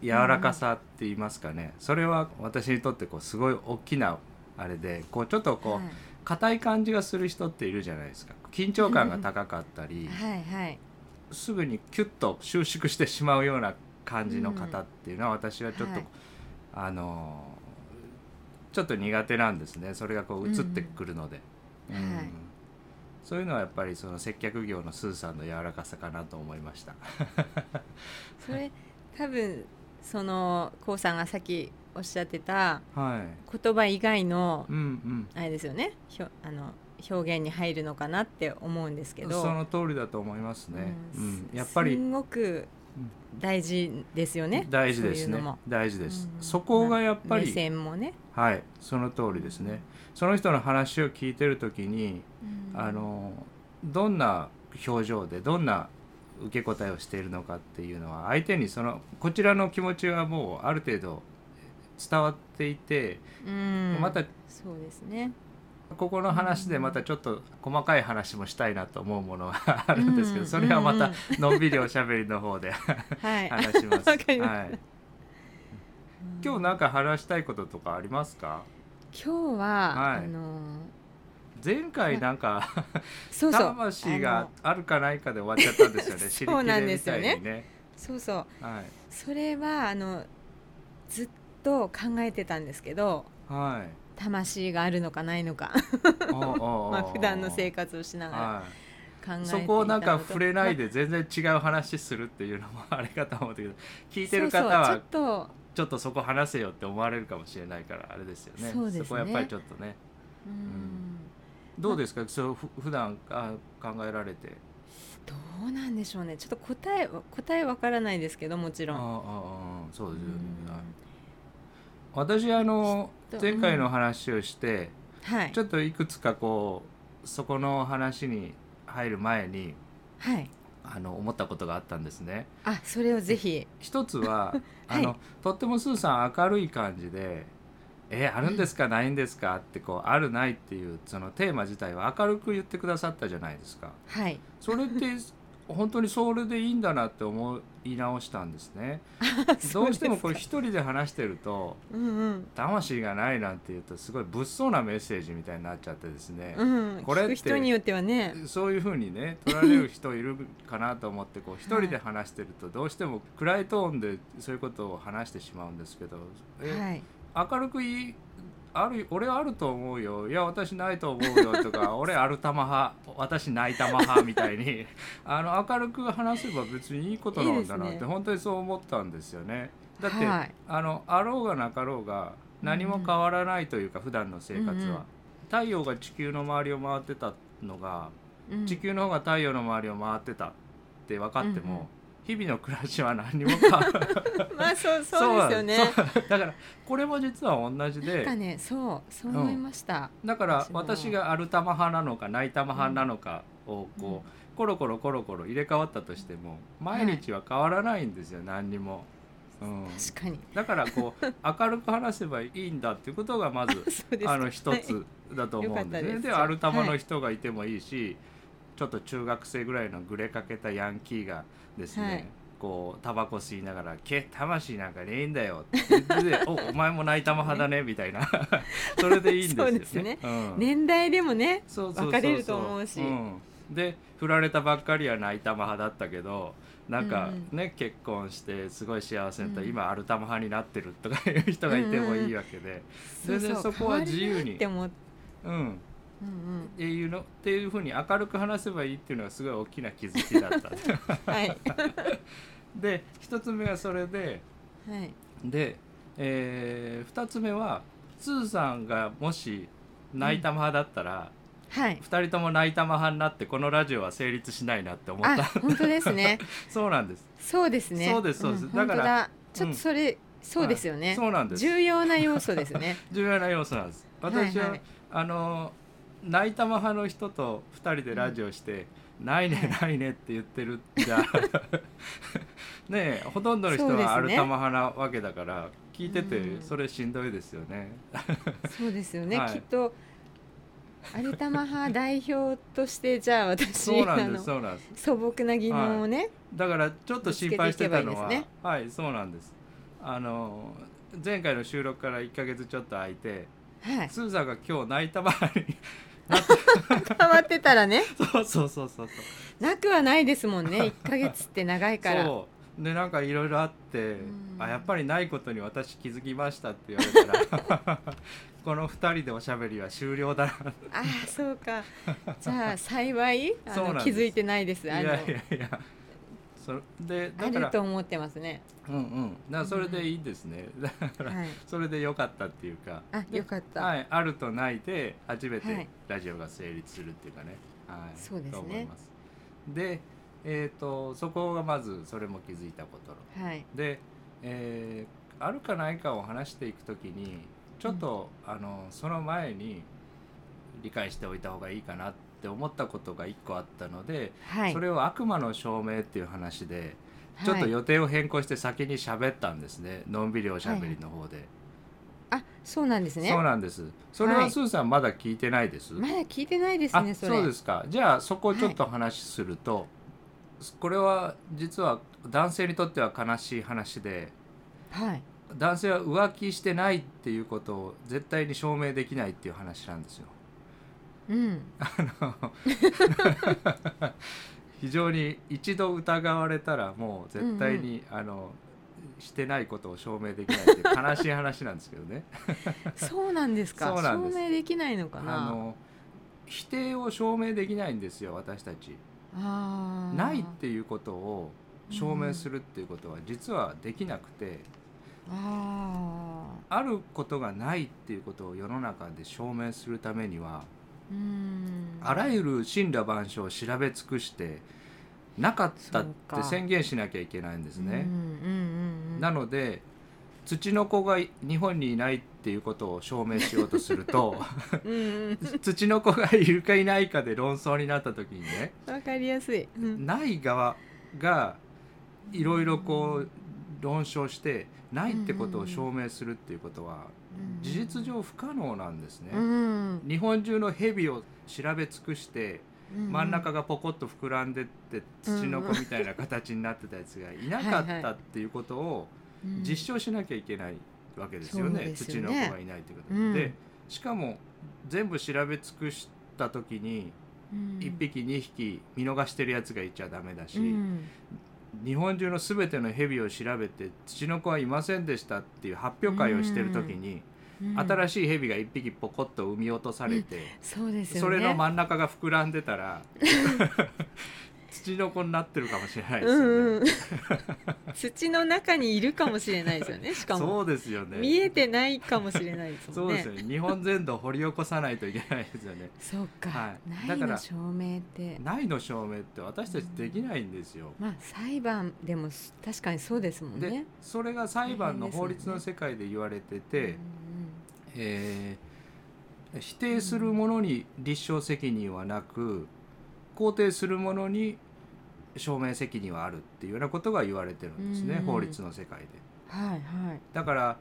[SPEAKER 2] 柔らかさって言いますかね、それは私にとってこうすごい大きなあれでこうちょっとこ
[SPEAKER 1] は
[SPEAKER 2] う硬い感じがする人っているじゃないですか緊張感が高かった
[SPEAKER 1] い、
[SPEAKER 2] り
[SPEAKER 1] はいはい
[SPEAKER 2] すぐにキュッと収縮してしまうような感じの方っていうのは私はちょっと、
[SPEAKER 1] はい
[SPEAKER 2] あのちょっと苦手なんですねそれがこう移ってくるので、
[SPEAKER 1] うんうんはい
[SPEAKER 2] そういうのはやっぱりその接客業のスーさんの柔らかさかなと思いました。
[SPEAKER 1] それ多分そのこうさんがさっきおっしゃってた
[SPEAKER 2] はい、
[SPEAKER 1] 言葉以外の
[SPEAKER 2] うん
[SPEAKER 1] あれですよねひょあの表現に入るのかなって思うんです
[SPEAKER 2] う
[SPEAKER 1] け
[SPEAKER 2] ん、
[SPEAKER 1] ど
[SPEAKER 2] その通りだと思いますね。う
[SPEAKER 1] うんん
[SPEAKER 2] やっぱり
[SPEAKER 1] すんごく大事ですよね
[SPEAKER 2] 大事です
[SPEAKER 1] そうい
[SPEAKER 2] ね
[SPEAKER 1] うのも
[SPEAKER 2] 大事です、
[SPEAKER 1] うん
[SPEAKER 2] そこがやっぱ
[SPEAKER 1] 目
[SPEAKER 2] り、
[SPEAKER 1] 線もね、
[SPEAKER 2] はいその通りですねその人の話を聞いてる時にあのどんな表情でどんな受け答えをしているのかっていうのは相手にそのこちらの気持ちはもうある程度伝わっていて、
[SPEAKER 1] うん、
[SPEAKER 2] また
[SPEAKER 1] そうですね
[SPEAKER 2] ここの話でまたちょっと細かい話もしたいなと思うものが [LAUGHS] あるんですけど、
[SPEAKER 1] うん
[SPEAKER 2] それはま
[SPEAKER 1] う
[SPEAKER 2] た
[SPEAKER 1] ん
[SPEAKER 2] のんびりおしゃべりの方で [LAUGHS]
[SPEAKER 1] はい、
[SPEAKER 2] 話します。
[SPEAKER 1] わかりました
[SPEAKER 2] はい、今日なんか話したいこととかありますか
[SPEAKER 1] 今日は、
[SPEAKER 2] はい
[SPEAKER 1] あの
[SPEAKER 2] 前回なんか
[SPEAKER 1] そうそう
[SPEAKER 2] 魂
[SPEAKER 1] あ
[SPEAKER 2] が
[SPEAKER 1] の
[SPEAKER 2] あるかないかで終わっちゃったんですよね知り
[SPEAKER 1] [LAUGHS] そうなん
[SPEAKER 2] 切れ
[SPEAKER 1] で
[SPEAKER 2] み
[SPEAKER 1] すよ
[SPEAKER 2] たい
[SPEAKER 1] ね
[SPEAKER 2] にね。
[SPEAKER 1] そうそう
[SPEAKER 2] はい
[SPEAKER 1] それはあのずっと考えてたんですけど
[SPEAKER 2] はい
[SPEAKER 1] 魂があるのかないのか [LAUGHS] ま
[SPEAKER 2] ま
[SPEAKER 1] あ普段の生活をしながら
[SPEAKER 2] は
[SPEAKER 1] 考えてい
[SPEAKER 2] い、
[SPEAKER 1] た
[SPEAKER 2] そこをなんか触れない
[SPEAKER 1] で
[SPEAKER 2] で全然違う話するっていうのもあれかと思った
[SPEAKER 1] [LAUGHS]
[SPEAKER 2] けど聞いてる方は
[SPEAKER 1] そうそう
[SPEAKER 2] ちょっとそこ話せよって思われるかもしれないからあれですよね
[SPEAKER 1] そうですね
[SPEAKER 2] こはやっぱりちょっとね
[SPEAKER 1] ちょっとうん
[SPEAKER 2] どうですかそうふ普段あ考えられて
[SPEAKER 1] どうなんでしょうねちょっと答えは答えわからないですけどもち
[SPEAKER 2] あ
[SPEAKER 1] ろ
[SPEAKER 2] ああ
[SPEAKER 1] ん。
[SPEAKER 2] ああそう
[SPEAKER 1] う
[SPEAKER 2] ですよね、はい
[SPEAKER 1] ん
[SPEAKER 2] 私あの
[SPEAKER 1] ちょっと
[SPEAKER 2] 前回の話をして、
[SPEAKER 1] はい
[SPEAKER 2] ちょっといくつかこうそこの話に入る前に
[SPEAKER 1] はい
[SPEAKER 2] あの思ったことがあったんですね。
[SPEAKER 1] あそれをぜひ
[SPEAKER 2] 一つ [LAUGHS] は、
[SPEAKER 1] はい
[SPEAKER 2] あのとってもスーさん明るい感じで「えあるんですかないんですか?」ってこう「あるない」っていうそのテーマ自体は明るく言ってくださったじゃないですか。
[SPEAKER 1] はい
[SPEAKER 2] それって本当にそれでいいんだなって思い直したんですね。 [LAUGHS] どうしてもこれ
[SPEAKER 1] そ
[SPEAKER 2] 一人で話してると
[SPEAKER 1] [LAUGHS] うですかうんうん
[SPEAKER 2] 魂がないなんて言うとすごい物騒なメッセージみたいになっちゃってですね、
[SPEAKER 1] うん
[SPEAKER 2] これっ
[SPEAKER 1] 聞く
[SPEAKER 2] て
[SPEAKER 1] 人によってはね
[SPEAKER 2] そういうふうにね取られる人いるかなと思ってこう一人で話してるとどうしても暗いトーンでそういうことを話してしまうんですけど、え
[SPEAKER 1] はい
[SPEAKER 2] 明るくいいある俺あると思うよいや私ないと思うよと
[SPEAKER 1] [LAUGHS]
[SPEAKER 2] か俺ある玉派私ない玉派みたいに [LAUGHS] あの明るく話せば別にいいことなんだなって
[SPEAKER 1] いいですね
[SPEAKER 2] 本当にそう思ったんですよね。だって、
[SPEAKER 1] はい
[SPEAKER 2] あのあろうがなかろうが何も変わらないというか、普段の生活は、
[SPEAKER 1] うんうん
[SPEAKER 2] 太陽が地球の周りを回ってたのが
[SPEAKER 1] うん
[SPEAKER 2] 地球の方が太陽の周りを回ってたって分かって
[SPEAKER 1] うんうん
[SPEAKER 2] も、日々の暮らしは何にも変わらない
[SPEAKER 1] [LAUGHS] まあそう [LAUGHS] そうですよね
[SPEAKER 2] そうなんですそうだからこれも実は同じ
[SPEAKER 1] なんか
[SPEAKER 2] で
[SPEAKER 1] ねそうそう思いました
[SPEAKER 2] だから
[SPEAKER 1] 私も
[SPEAKER 2] 私がある玉派なのかない玉派なのかをこう、コロコロコロコロ入れ替わったとしても毎日は変わらないんですよ、何にも。うん、
[SPEAKER 1] 確かに
[SPEAKER 2] だからこう明るく話せばいいんだっていうことがまず
[SPEAKER 1] [LAUGHS] そうですか
[SPEAKER 2] あの一つだと思う
[SPEAKER 1] よ
[SPEAKER 2] んですね。
[SPEAKER 1] かったです
[SPEAKER 2] でアルタマの人がいてもいいし、ちょっと中学生ぐらいのグレかけたヤンキーがですね、
[SPEAKER 1] はい
[SPEAKER 2] こうタバコ吸いながら「け魂なんかねえんだよ」って言って
[SPEAKER 1] [LAUGHS]
[SPEAKER 2] ておお前も泣いたま派だね」みたいなそれでいいんですよね。
[SPEAKER 1] そうですね
[SPEAKER 2] うん
[SPEAKER 1] 年代でもね
[SPEAKER 2] そうそうそうそう
[SPEAKER 1] 分かれると思うし
[SPEAKER 2] んで振られたばっかりは泣いたま派だったけどなんか
[SPEAKER 1] うん
[SPEAKER 2] ね、結婚してすごい幸せになった、
[SPEAKER 1] うん
[SPEAKER 2] 今アルタマ派になってるとかいう人がいてもいいわけで、全然
[SPEAKER 1] うう
[SPEAKER 2] そこは自由に
[SPEAKER 1] 変わりないって思っ
[SPEAKER 2] うん
[SPEAKER 1] うん
[SPEAKER 2] [LAUGHS]
[SPEAKER 1] うん
[SPEAKER 2] っていうのっていうふうに明るく話せばいいっていうのがすごい大きな気づきだっ
[SPEAKER 1] [LAUGHS]
[SPEAKER 2] た
[SPEAKER 1] はい
[SPEAKER 2] で一つ目がそれで
[SPEAKER 1] はい
[SPEAKER 2] で、えー、2つ目はスーさんがもし泣いたま派だったら、
[SPEAKER 1] はい
[SPEAKER 2] 二人とも泣いたま派になってこのラジオは成立しないなって思っ
[SPEAKER 1] あ
[SPEAKER 2] た
[SPEAKER 1] 本当ですね
[SPEAKER 2] そうなんです
[SPEAKER 1] そうですね
[SPEAKER 2] そうですそうです
[SPEAKER 1] ん
[SPEAKER 2] だから
[SPEAKER 1] 本当ちょっとそれ、そうですよ
[SPEAKER 2] は
[SPEAKER 1] ね
[SPEAKER 2] いそうなんです
[SPEAKER 1] 重要な要素です
[SPEAKER 2] [LAUGHS]
[SPEAKER 1] ね
[SPEAKER 2] 重要な要素なんです私は、
[SPEAKER 1] はいはい
[SPEAKER 2] あの泣いたま派の人と2人でラジオして「ないねないね」って言ってる
[SPEAKER 1] [LAUGHS]
[SPEAKER 2] じゃんねえほとんどの人
[SPEAKER 1] そうですね
[SPEAKER 2] はアルタマ派なわけだから聞いて
[SPEAKER 1] う
[SPEAKER 2] て
[SPEAKER 1] ん
[SPEAKER 2] それしんどいですよね、
[SPEAKER 1] そうですよね、
[SPEAKER 2] はい
[SPEAKER 1] きっと有田派代表としてじゃあ私
[SPEAKER 2] そうなんです
[SPEAKER 1] の
[SPEAKER 2] そうなんです
[SPEAKER 1] 素朴な疑問をね、
[SPEAKER 2] だからちょっと心配してたのは
[SPEAKER 1] ぶつけていけばいいですね
[SPEAKER 2] はいそうなんですあの前回の収録から1ヶ月ちょっと空いて、
[SPEAKER 1] はい
[SPEAKER 2] スーザンが今日泣いたま派に [LAUGHS]
[SPEAKER 1] 変わってたらね
[SPEAKER 2] そうそうそうそうそう
[SPEAKER 1] なくはないですもんね1ヶ月って長いから
[SPEAKER 2] そうでなんかいろいろあって、
[SPEAKER 1] ん
[SPEAKER 2] あやっぱりないことに私気づきましたって言われた
[SPEAKER 1] [LAUGHS]
[SPEAKER 2] らこの2人でおしゃべりは終了だな
[SPEAKER 1] ああそうかじゃあ幸いあ
[SPEAKER 2] そうな
[SPEAKER 1] の
[SPEAKER 2] んです
[SPEAKER 1] 気づいてないです
[SPEAKER 2] い
[SPEAKER 1] あ
[SPEAKER 2] やい
[SPEAKER 1] の
[SPEAKER 2] やいやそで
[SPEAKER 1] あ
[SPEAKER 2] だか
[SPEAKER 1] る
[SPEAKER 2] ら
[SPEAKER 1] と思ってますね
[SPEAKER 2] うんうんだからそれでいいですね、だから、
[SPEAKER 1] はい
[SPEAKER 2] それで良かったっていうか
[SPEAKER 1] あ
[SPEAKER 2] で
[SPEAKER 1] よかった、
[SPEAKER 2] はい、あるとないで初め
[SPEAKER 1] は
[SPEAKER 2] て
[SPEAKER 1] い
[SPEAKER 2] ラジオが成立するっていうかね、はい、
[SPEAKER 1] そうですね
[SPEAKER 2] と思いますで、えー、とそこがまずそれも気づいたこと
[SPEAKER 1] はい
[SPEAKER 2] で、えーあるかないかを話していくときにちょっと、あのその前に理解しておいた方がいいかなって思ったことが1個あったので、
[SPEAKER 1] はい
[SPEAKER 2] それを「悪魔の証明」っていう話でちょっと
[SPEAKER 1] はい
[SPEAKER 2] 予定を変更して先に喋ったんですね、のんびりおしゃべりの方で、
[SPEAKER 1] あそうなんですね
[SPEAKER 2] そうなんですそれ
[SPEAKER 1] は
[SPEAKER 2] はいスーさんまだ聞いてないです、
[SPEAKER 1] まだ聞いてないです
[SPEAKER 2] あ
[SPEAKER 1] ねそれ
[SPEAKER 2] そうですかじゃあそこをちょっと話すると、これは実は男性にとっては悲しい話で
[SPEAKER 1] はい
[SPEAKER 2] 男性は浮気してないっていうことを絶対に証明できないっていう話なん [LAUGHS] ですよ。 [LAUGHS]
[SPEAKER 1] うん
[SPEAKER 2] 非常に一度疑われたらもう絶対に、あのしてないことを証明できないっていう悲しい話なんですけどね。
[SPEAKER 1] そうなんですか
[SPEAKER 2] そうなんです
[SPEAKER 1] 証明できないの
[SPEAKER 2] あ
[SPEAKER 1] かな
[SPEAKER 2] の否定を証明できないんですよ私たち。
[SPEAKER 1] あー
[SPEAKER 2] ないっていうことを証明するっていうことは実はできなくて
[SPEAKER 1] あ
[SPEAKER 2] あることがないっていうことを世の中で証明するためには
[SPEAKER 1] ーうん
[SPEAKER 2] あらゆる神羅万象を調べ尽くしてなかっ
[SPEAKER 1] そ
[SPEAKER 2] たっ
[SPEAKER 1] う
[SPEAKER 2] て
[SPEAKER 1] か
[SPEAKER 2] 宣言しなきゃいけないんですね
[SPEAKER 1] うん。うんうん
[SPEAKER 2] なので土の子がい日本にいないっていうことを証明しようとす
[SPEAKER 1] [LAUGHS]
[SPEAKER 2] ると
[SPEAKER 1] うんうん
[SPEAKER 2] 土の子がいるかいないかで論争になった時にね
[SPEAKER 1] わかりやすい、うん
[SPEAKER 2] ない側がいろいろこう論証してないってことを証明するっていうことは事実上不可能なんですね。
[SPEAKER 1] うん
[SPEAKER 2] 日本中の蛇を調べ尽くして
[SPEAKER 1] うん
[SPEAKER 2] 真ん中がポコッと膨らんでって土の子みたいな形になってたやつがいなかったっていうことを実証しなきゃいけないわけですよね,、
[SPEAKER 1] そうです
[SPEAKER 2] 土
[SPEAKER 1] よね
[SPEAKER 2] の子がいないということで,、
[SPEAKER 1] うん
[SPEAKER 2] でしかも全部調べ尽くした時に1匹2匹見逃してるやつがいちゃダメだし、
[SPEAKER 1] うん
[SPEAKER 2] 日本中の全ての蛇を調べて土の子はいませんでしたっていう発表会をしてる時に、
[SPEAKER 1] うん
[SPEAKER 2] 新しい蛇が1匹ポコッと産み落とされて、
[SPEAKER 1] そうですよね
[SPEAKER 2] それの真ん中が膨らんで
[SPEAKER 1] [LAUGHS]
[SPEAKER 2] たら土の子になってるかもしれないですよ
[SPEAKER 1] う
[SPEAKER 2] ね。
[SPEAKER 1] んうん
[SPEAKER 2] [LAUGHS]
[SPEAKER 1] 土の中にいるかもしれないですよねしかも
[SPEAKER 2] そうですよね
[SPEAKER 1] 見えてないかもしれないです
[SPEAKER 2] そ
[SPEAKER 1] も
[SPEAKER 2] うん
[SPEAKER 1] ね
[SPEAKER 2] ですよね日本全土を掘り起こさないといけないですよね。
[SPEAKER 1] そうか、
[SPEAKER 2] はい
[SPEAKER 1] ない
[SPEAKER 2] だから
[SPEAKER 1] の証明って
[SPEAKER 2] ないの証明って私たちできないんですよ。
[SPEAKER 1] まあ裁判でもす確かにそうですもん
[SPEAKER 2] で
[SPEAKER 1] ね
[SPEAKER 2] それが裁判の法律
[SPEAKER 1] 大変
[SPEAKER 2] の
[SPEAKER 1] です
[SPEAKER 2] 世界で言われて
[SPEAKER 1] うん
[SPEAKER 2] て、えー否定するものに立証責任はなく肯定するものに証明責任はあるっていうようなことが言われてるんですね、
[SPEAKER 1] うん
[SPEAKER 2] 法律の世界で。
[SPEAKER 1] うんはいはい
[SPEAKER 2] だから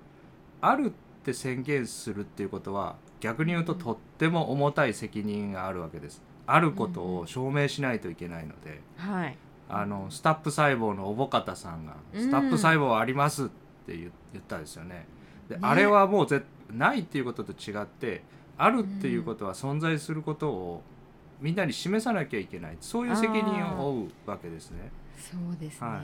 [SPEAKER 2] あるって宣言するっていうことは逆に言うととっても重たい責任があるわけです。あることを証明しないといけないので、
[SPEAKER 1] はい
[SPEAKER 2] あのスタップ細胞のおぼかたさんが「
[SPEAKER 1] うん
[SPEAKER 2] スタップ細胞あります」って言言ったんですよね。で
[SPEAKER 1] ね
[SPEAKER 2] あれはもうぜないっていうことと違ってあるっていうことは存在することをみんなに示さなきゃいけないそういう責任を負うわけですね。
[SPEAKER 1] そうですね、
[SPEAKER 2] は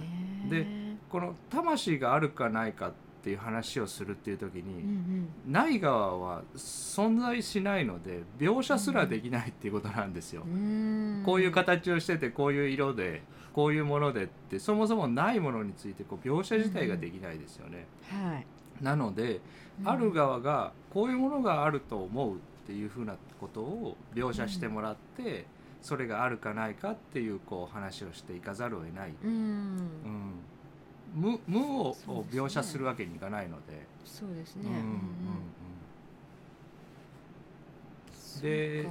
[SPEAKER 2] でこの魂があるかないかっていう話をするっていう時
[SPEAKER 1] う
[SPEAKER 2] に、
[SPEAKER 1] ん
[SPEAKER 2] ない側は存在しないので描写すらできないっていうことなんですよ。
[SPEAKER 1] うん、ん
[SPEAKER 2] こういう形をしててこういう色でこういうものでってそもそもないものについてこう描写自体ができないですよね。
[SPEAKER 1] はい
[SPEAKER 2] なので、ある側がこういうものがあると思うっっていうふうなことを描写してもらって、それがあるかないかっていうこう話をしていかざるを得ない、
[SPEAKER 1] うん
[SPEAKER 2] うん、無無を
[SPEAKER 1] そう
[SPEAKER 2] を
[SPEAKER 1] ですね
[SPEAKER 2] 描写するわけにいかないので。
[SPEAKER 1] そうです
[SPEAKER 2] う
[SPEAKER 1] ね
[SPEAKER 2] んうんうんで
[SPEAKER 1] そうか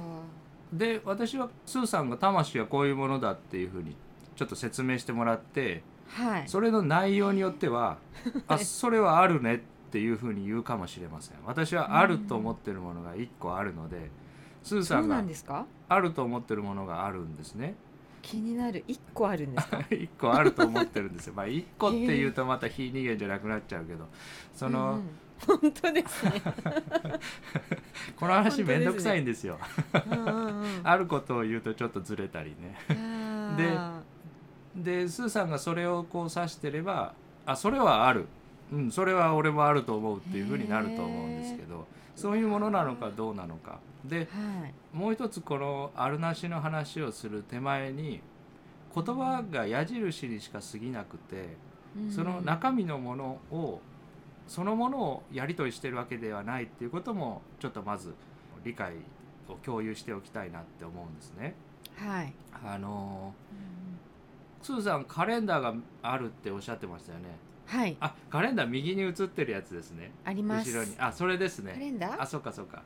[SPEAKER 2] で私はスーさんが魂はこういうものだっていうふうにちょっと説明してもらって
[SPEAKER 1] はい
[SPEAKER 2] それの内容によっ
[SPEAKER 1] [LAUGHS]
[SPEAKER 2] てはあそれはあるねっていうふうに言うかもしれません私はあると思ってるものが1個あるのでスー
[SPEAKER 1] そ
[SPEAKER 2] さ
[SPEAKER 1] うんな
[SPEAKER 2] が
[SPEAKER 1] んですか
[SPEAKER 2] あると思ってるものがあるんですね [LAUGHS]
[SPEAKER 1] 気になる一個あるんですか
[SPEAKER 2] 1個あると思ってるんですよまあ1個っていうとまた非人間じゃなくなっちゃうけどそ
[SPEAKER 1] うん
[SPEAKER 2] の、
[SPEAKER 1] うん本当ですね
[SPEAKER 2] この話めんどくさいんですよ
[SPEAKER 1] うんうんうん
[SPEAKER 2] [LAUGHS] あることを言うとちょっとずれたりねで
[SPEAKER 1] あ
[SPEAKER 2] でスーさんがそれをこう指してればあそれはある、うん、それは俺もあると思うっていうふうになると思うんですけどそういうものなのかどうなのかで
[SPEAKER 1] ーはい
[SPEAKER 2] もう一つこのあるなしの話をする手前に言葉が矢印にしか過ぎなくて
[SPEAKER 1] うん
[SPEAKER 2] その中身のものをそのものをやり取りしてるわけではないっていうこともちょっとまず理解を共有しておきたいなって思うんですね。
[SPEAKER 1] はい
[SPEAKER 2] あのースーさんカレンダーがあるっておっしゃってましたよね
[SPEAKER 1] はい
[SPEAKER 2] あカレンダー右に写ってるやつですね
[SPEAKER 1] あります
[SPEAKER 2] 後ろにあそれです
[SPEAKER 1] カ
[SPEAKER 2] ね
[SPEAKER 1] レンダ
[SPEAKER 2] あ
[SPEAKER 1] ー
[SPEAKER 2] そっかそっか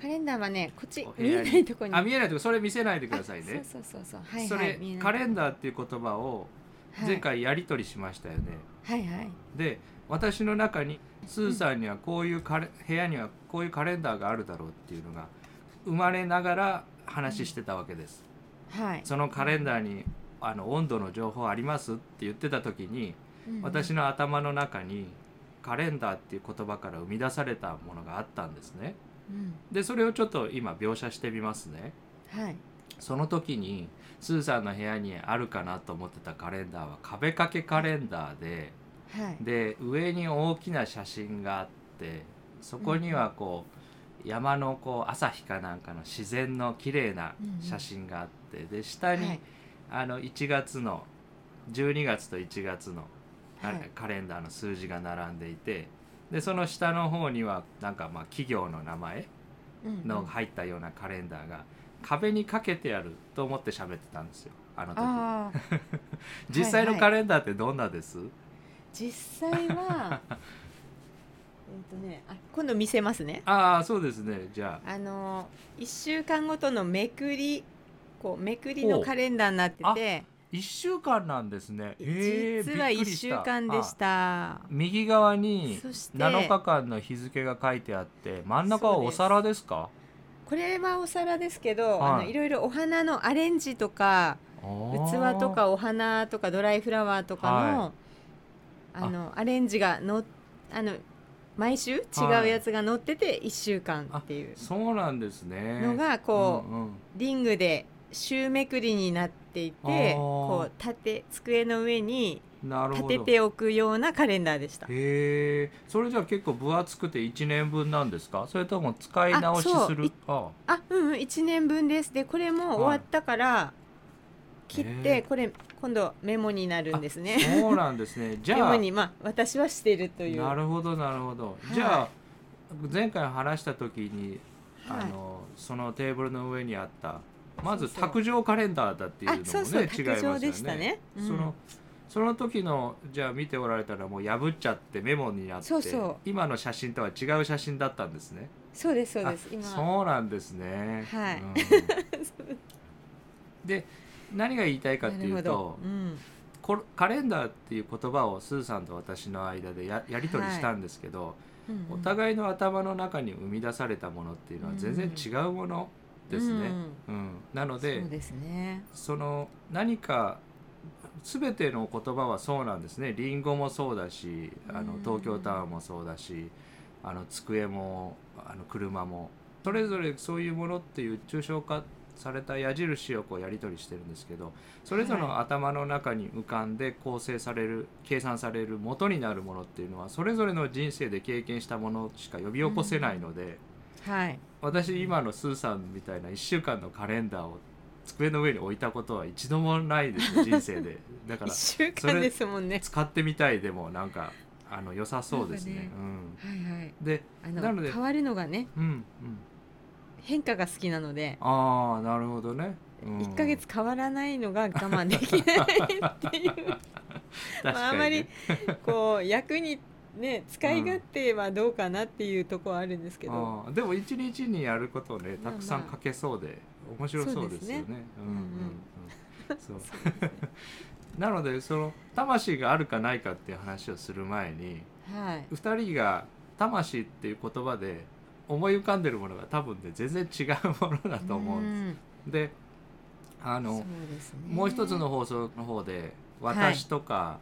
[SPEAKER 1] カレンダーはねこっち
[SPEAKER 2] お部
[SPEAKER 1] 見
[SPEAKER 2] 屋
[SPEAKER 1] え
[SPEAKER 2] に
[SPEAKER 1] ないとこに
[SPEAKER 2] あ見えないとこそれ見せないでください
[SPEAKER 1] あ
[SPEAKER 2] ね
[SPEAKER 1] そうそうそうそうはい
[SPEAKER 2] そ
[SPEAKER 1] は
[SPEAKER 2] れ
[SPEAKER 1] い見えない
[SPEAKER 2] カレンダーっていう言葉を
[SPEAKER 1] はい
[SPEAKER 2] 前回やり取りしましたよね、
[SPEAKER 1] はいはい
[SPEAKER 2] で私の中にスーさんにはこういうカレ部屋にはこういうカレンダーがあるだろうっていうのが生まれながら話してたわけです、
[SPEAKER 1] はい
[SPEAKER 2] そのカレンダーにあの温度の情報ありますって言ってた時に私
[SPEAKER 1] の
[SPEAKER 2] の頭の中にカレンダーっていう言葉から生み出されたものがあったんですねでそれをちょっと今描写してみますね
[SPEAKER 1] はい
[SPEAKER 2] その時にスーさんの部屋にあるかなと思ってたカレンダーは壁掛けカレンダーで
[SPEAKER 1] はい
[SPEAKER 2] で上に大きな写真があってそこにはこう山のこう朝日かなんかの自然の綺麗な写真があってで下
[SPEAKER 1] は
[SPEAKER 2] に
[SPEAKER 1] い
[SPEAKER 2] あの1月の12月と1月のあれカレンダーの数字が並んでいてでその下の方にはなんかまあ企業の名前の
[SPEAKER 1] はい
[SPEAKER 2] 入ったようなカレンダーが壁にかけてあると思って喋ってたんですよあの
[SPEAKER 1] うんうん
[SPEAKER 2] 時
[SPEAKER 1] あー
[SPEAKER 2] 実
[SPEAKER 1] は
[SPEAKER 2] 際
[SPEAKER 1] いは
[SPEAKER 2] の
[SPEAKER 1] い
[SPEAKER 2] カレンダーってどんなです、
[SPEAKER 1] 実際
[SPEAKER 2] [LAUGHS]
[SPEAKER 1] はえっとねあ今度見せますね
[SPEAKER 2] ああそうですねじゃあ
[SPEAKER 1] あの1週間ごとのめくりこうめくりの
[SPEAKER 2] お
[SPEAKER 1] カレンダーになってて
[SPEAKER 2] 1週間なんですねえー
[SPEAKER 1] 実は
[SPEAKER 2] びっく
[SPEAKER 1] 1
[SPEAKER 2] りし
[SPEAKER 1] 週
[SPEAKER 2] た
[SPEAKER 1] 間でし
[SPEAKER 2] あ
[SPEAKER 1] た
[SPEAKER 2] 右側に
[SPEAKER 1] そして
[SPEAKER 2] 7日間の日付が書いてあって真ん中はお皿ですか
[SPEAKER 1] これはお皿ですけど、
[SPEAKER 2] はい
[SPEAKER 1] い、あのいろいろお花のアレンジとか器とかお花とかドライフラワーとかの,、
[SPEAKER 2] は
[SPEAKER 1] あのアレンジがのあの毎週違うやつが載ってて1週間っていう
[SPEAKER 2] そうなんですね
[SPEAKER 1] のがこう、
[SPEAKER 2] うんうん
[SPEAKER 1] リングで週めくりになってい
[SPEAKER 2] あ
[SPEAKER 1] て
[SPEAKER 2] ー
[SPEAKER 1] こう立て机の上に
[SPEAKER 2] なるほ
[SPEAKER 1] 立
[SPEAKER 2] ど
[SPEAKER 1] てておくようなカレンダーでした。
[SPEAKER 2] へえそれじゃあ結構分厚くて1年分なんですかそれとも使い直し
[SPEAKER 1] あそ
[SPEAKER 2] す
[SPEAKER 1] う
[SPEAKER 2] る
[SPEAKER 1] い
[SPEAKER 2] あ
[SPEAKER 1] あうんうん1年分ですでこれも終わったから切っ
[SPEAKER 2] へえ
[SPEAKER 1] てこれ今度メモになるんですね。
[SPEAKER 2] そうなんです
[SPEAKER 1] [LAUGHS]
[SPEAKER 2] ねじ
[SPEAKER 1] メ
[SPEAKER 2] ゃ
[SPEAKER 1] モ
[SPEAKER 2] あ
[SPEAKER 1] にまあ私はしてるという。
[SPEAKER 2] なるほどなるほど、
[SPEAKER 1] い
[SPEAKER 2] じゃあ前回話した時に、
[SPEAKER 1] はい
[SPEAKER 2] あのそのテーブルの上にあったまず
[SPEAKER 1] そうそう
[SPEAKER 2] 卓上カレンダーだっていうの
[SPEAKER 1] あ
[SPEAKER 2] もね
[SPEAKER 1] そうそう
[SPEAKER 2] 違い
[SPEAKER 1] 卓
[SPEAKER 2] ますよ
[SPEAKER 1] 上
[SPEAKER 2] ね
[SPEAKER 1] でしたね。うん
[SPEAKER 2] そのその時のじゃあ見ておられたらもう破っちゃってメモになって
[SPEAKER 1] そうそう
[SPEAKER 2] 今の写真とは違う写真だったんですね
[SPEAKER 1] そうですそうです
[SPEAKER 2] あ
[SPEAKER 1] 今
[SPEAKER 2] そうなんですね
[SPEAKER 1] はい [LAUGHS]
[SPEAKER 2] うんで何が言いたいかっていうと、
[SPEAKER 1] うん
[SPEAKER 2] こカレンダーっていう言葉をスーさんと私の間でややり取りしたんですけど、
[SPEAKER 1] うんうん
[SPEAKER 2] お互いの頭の中に生み出されたものっていうのは全然違うものですね。うんなの
[SPEAKER 1] うん
[SPEAKER 2] で
[SPEAKER 1] そうですね。
[SPEAKER 2] その何か全ての言葉はそうなんですねリンゴもそうだしあの
[SPEAKER 1] うん
[SPEAKER 2] 東京タワーもそうだしあの机もあの車もそれぞれそういうものっていう抽象化された矢印をこうやり取りしてるんですけどそれぞれの頭の中に浮かんで構成される計算される元になるものっていうのはそれぞれの人生で経験したものしか呼び起こせないので。
[SPEAKER 1] はい。
[SPEAKER 2] 私今のスーさんみたいな1週間のカレンダーを机の上に置いたことは一度もないですね人生
[SPEAKER 1] [LAUGHS]
[SPEAKER 2] でだから
[SPEAKER 1] 一週
[SPEAKER 2] それ
[SPEAKER 1] 間ですもんね。
[SPEAKER 2] 使ってみたいでもなんかあの良さそうですね
[SPEAKER 1] なんかねはいはい。
[SPEAKER 2] うん、で
[SPEAKER 1] あの
[SPEAKER 2] なので
[SPEAKER 1] 変わるのがね
[SPEAKER 2] うんうん
[SPEAKER 1] 変化が好きなので、
[SPEAKER 2] ああなるほどね、うん
[SPEAKER 1] 1ヶ月変わらないのが我慢できない
[SPEAKER 2] [LAUGHS]
[SPEAKER 1] っていう
[SPEAKER 2] 確
[SPEAKER 1] まああ
[SPEAKER 2] か
[SPEAKER 1] ま
[SPEAKER 2] に
[SPEAKER 1] り
[SPEAKER 2] ね
[SPEAKER 1] こう役にね使い勝手はどうかなっていうところあるんですけど、
[SPEAKER 2] あーでも一日にやることをね
[SPEAKER 1] まあ
[SPEAKER 2] たくさんかけそうで面白そうですよね
[SPEAKER 1] そうです
[SPEAKER 2] うんうんうんそ
[SPEAKER 1] そ
[SPEAKER 2] う [LAUGHS]
[SPEAKER 1] うですね
[SPEAKER 2] なのでその魂があるかないかっていう話をする前に
[SPEAKER 1] はい
[SPEAKER 2] 2人が魂っていう言葉で思い浮かんでるものが多分ね全然違うものだと思うんです。
[SPEAKER 1] ん
[SPEAKER 2] であ
[SPEAKER 1] そう
[SPEAKER 2] の
[SPEAKER 1] ですね
[SPEAKER 2] もう一つの放送の方で
[SPEAKER 1] はい
[SPEAKER 2] 私とか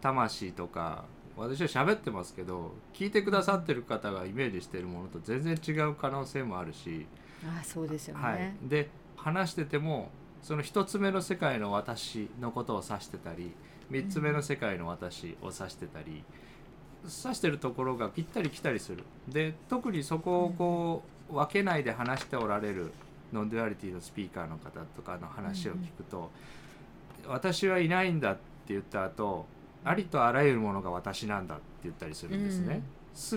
[SPEAKER 2] 魂とか、私は喋ってますけど聞いてくださってる方がイメージしてるものと全然違う可能性もあるし、
[SPEAKER 1] あそうですよね、
[SPEAKER 2] はい、で話しててもその一つ目の世界の私のことを指してたり三つ目の世界の私を指してたり、指してるところが行ったり来たりするで特にそこをこう分けないで話しておられるノンデュアリティのスピーカーの方とかの話を聞くと、私はいないんだって言った後ありとあらゆるものが私なんだって言ったりするんですね。
[SPEAKER 1] うん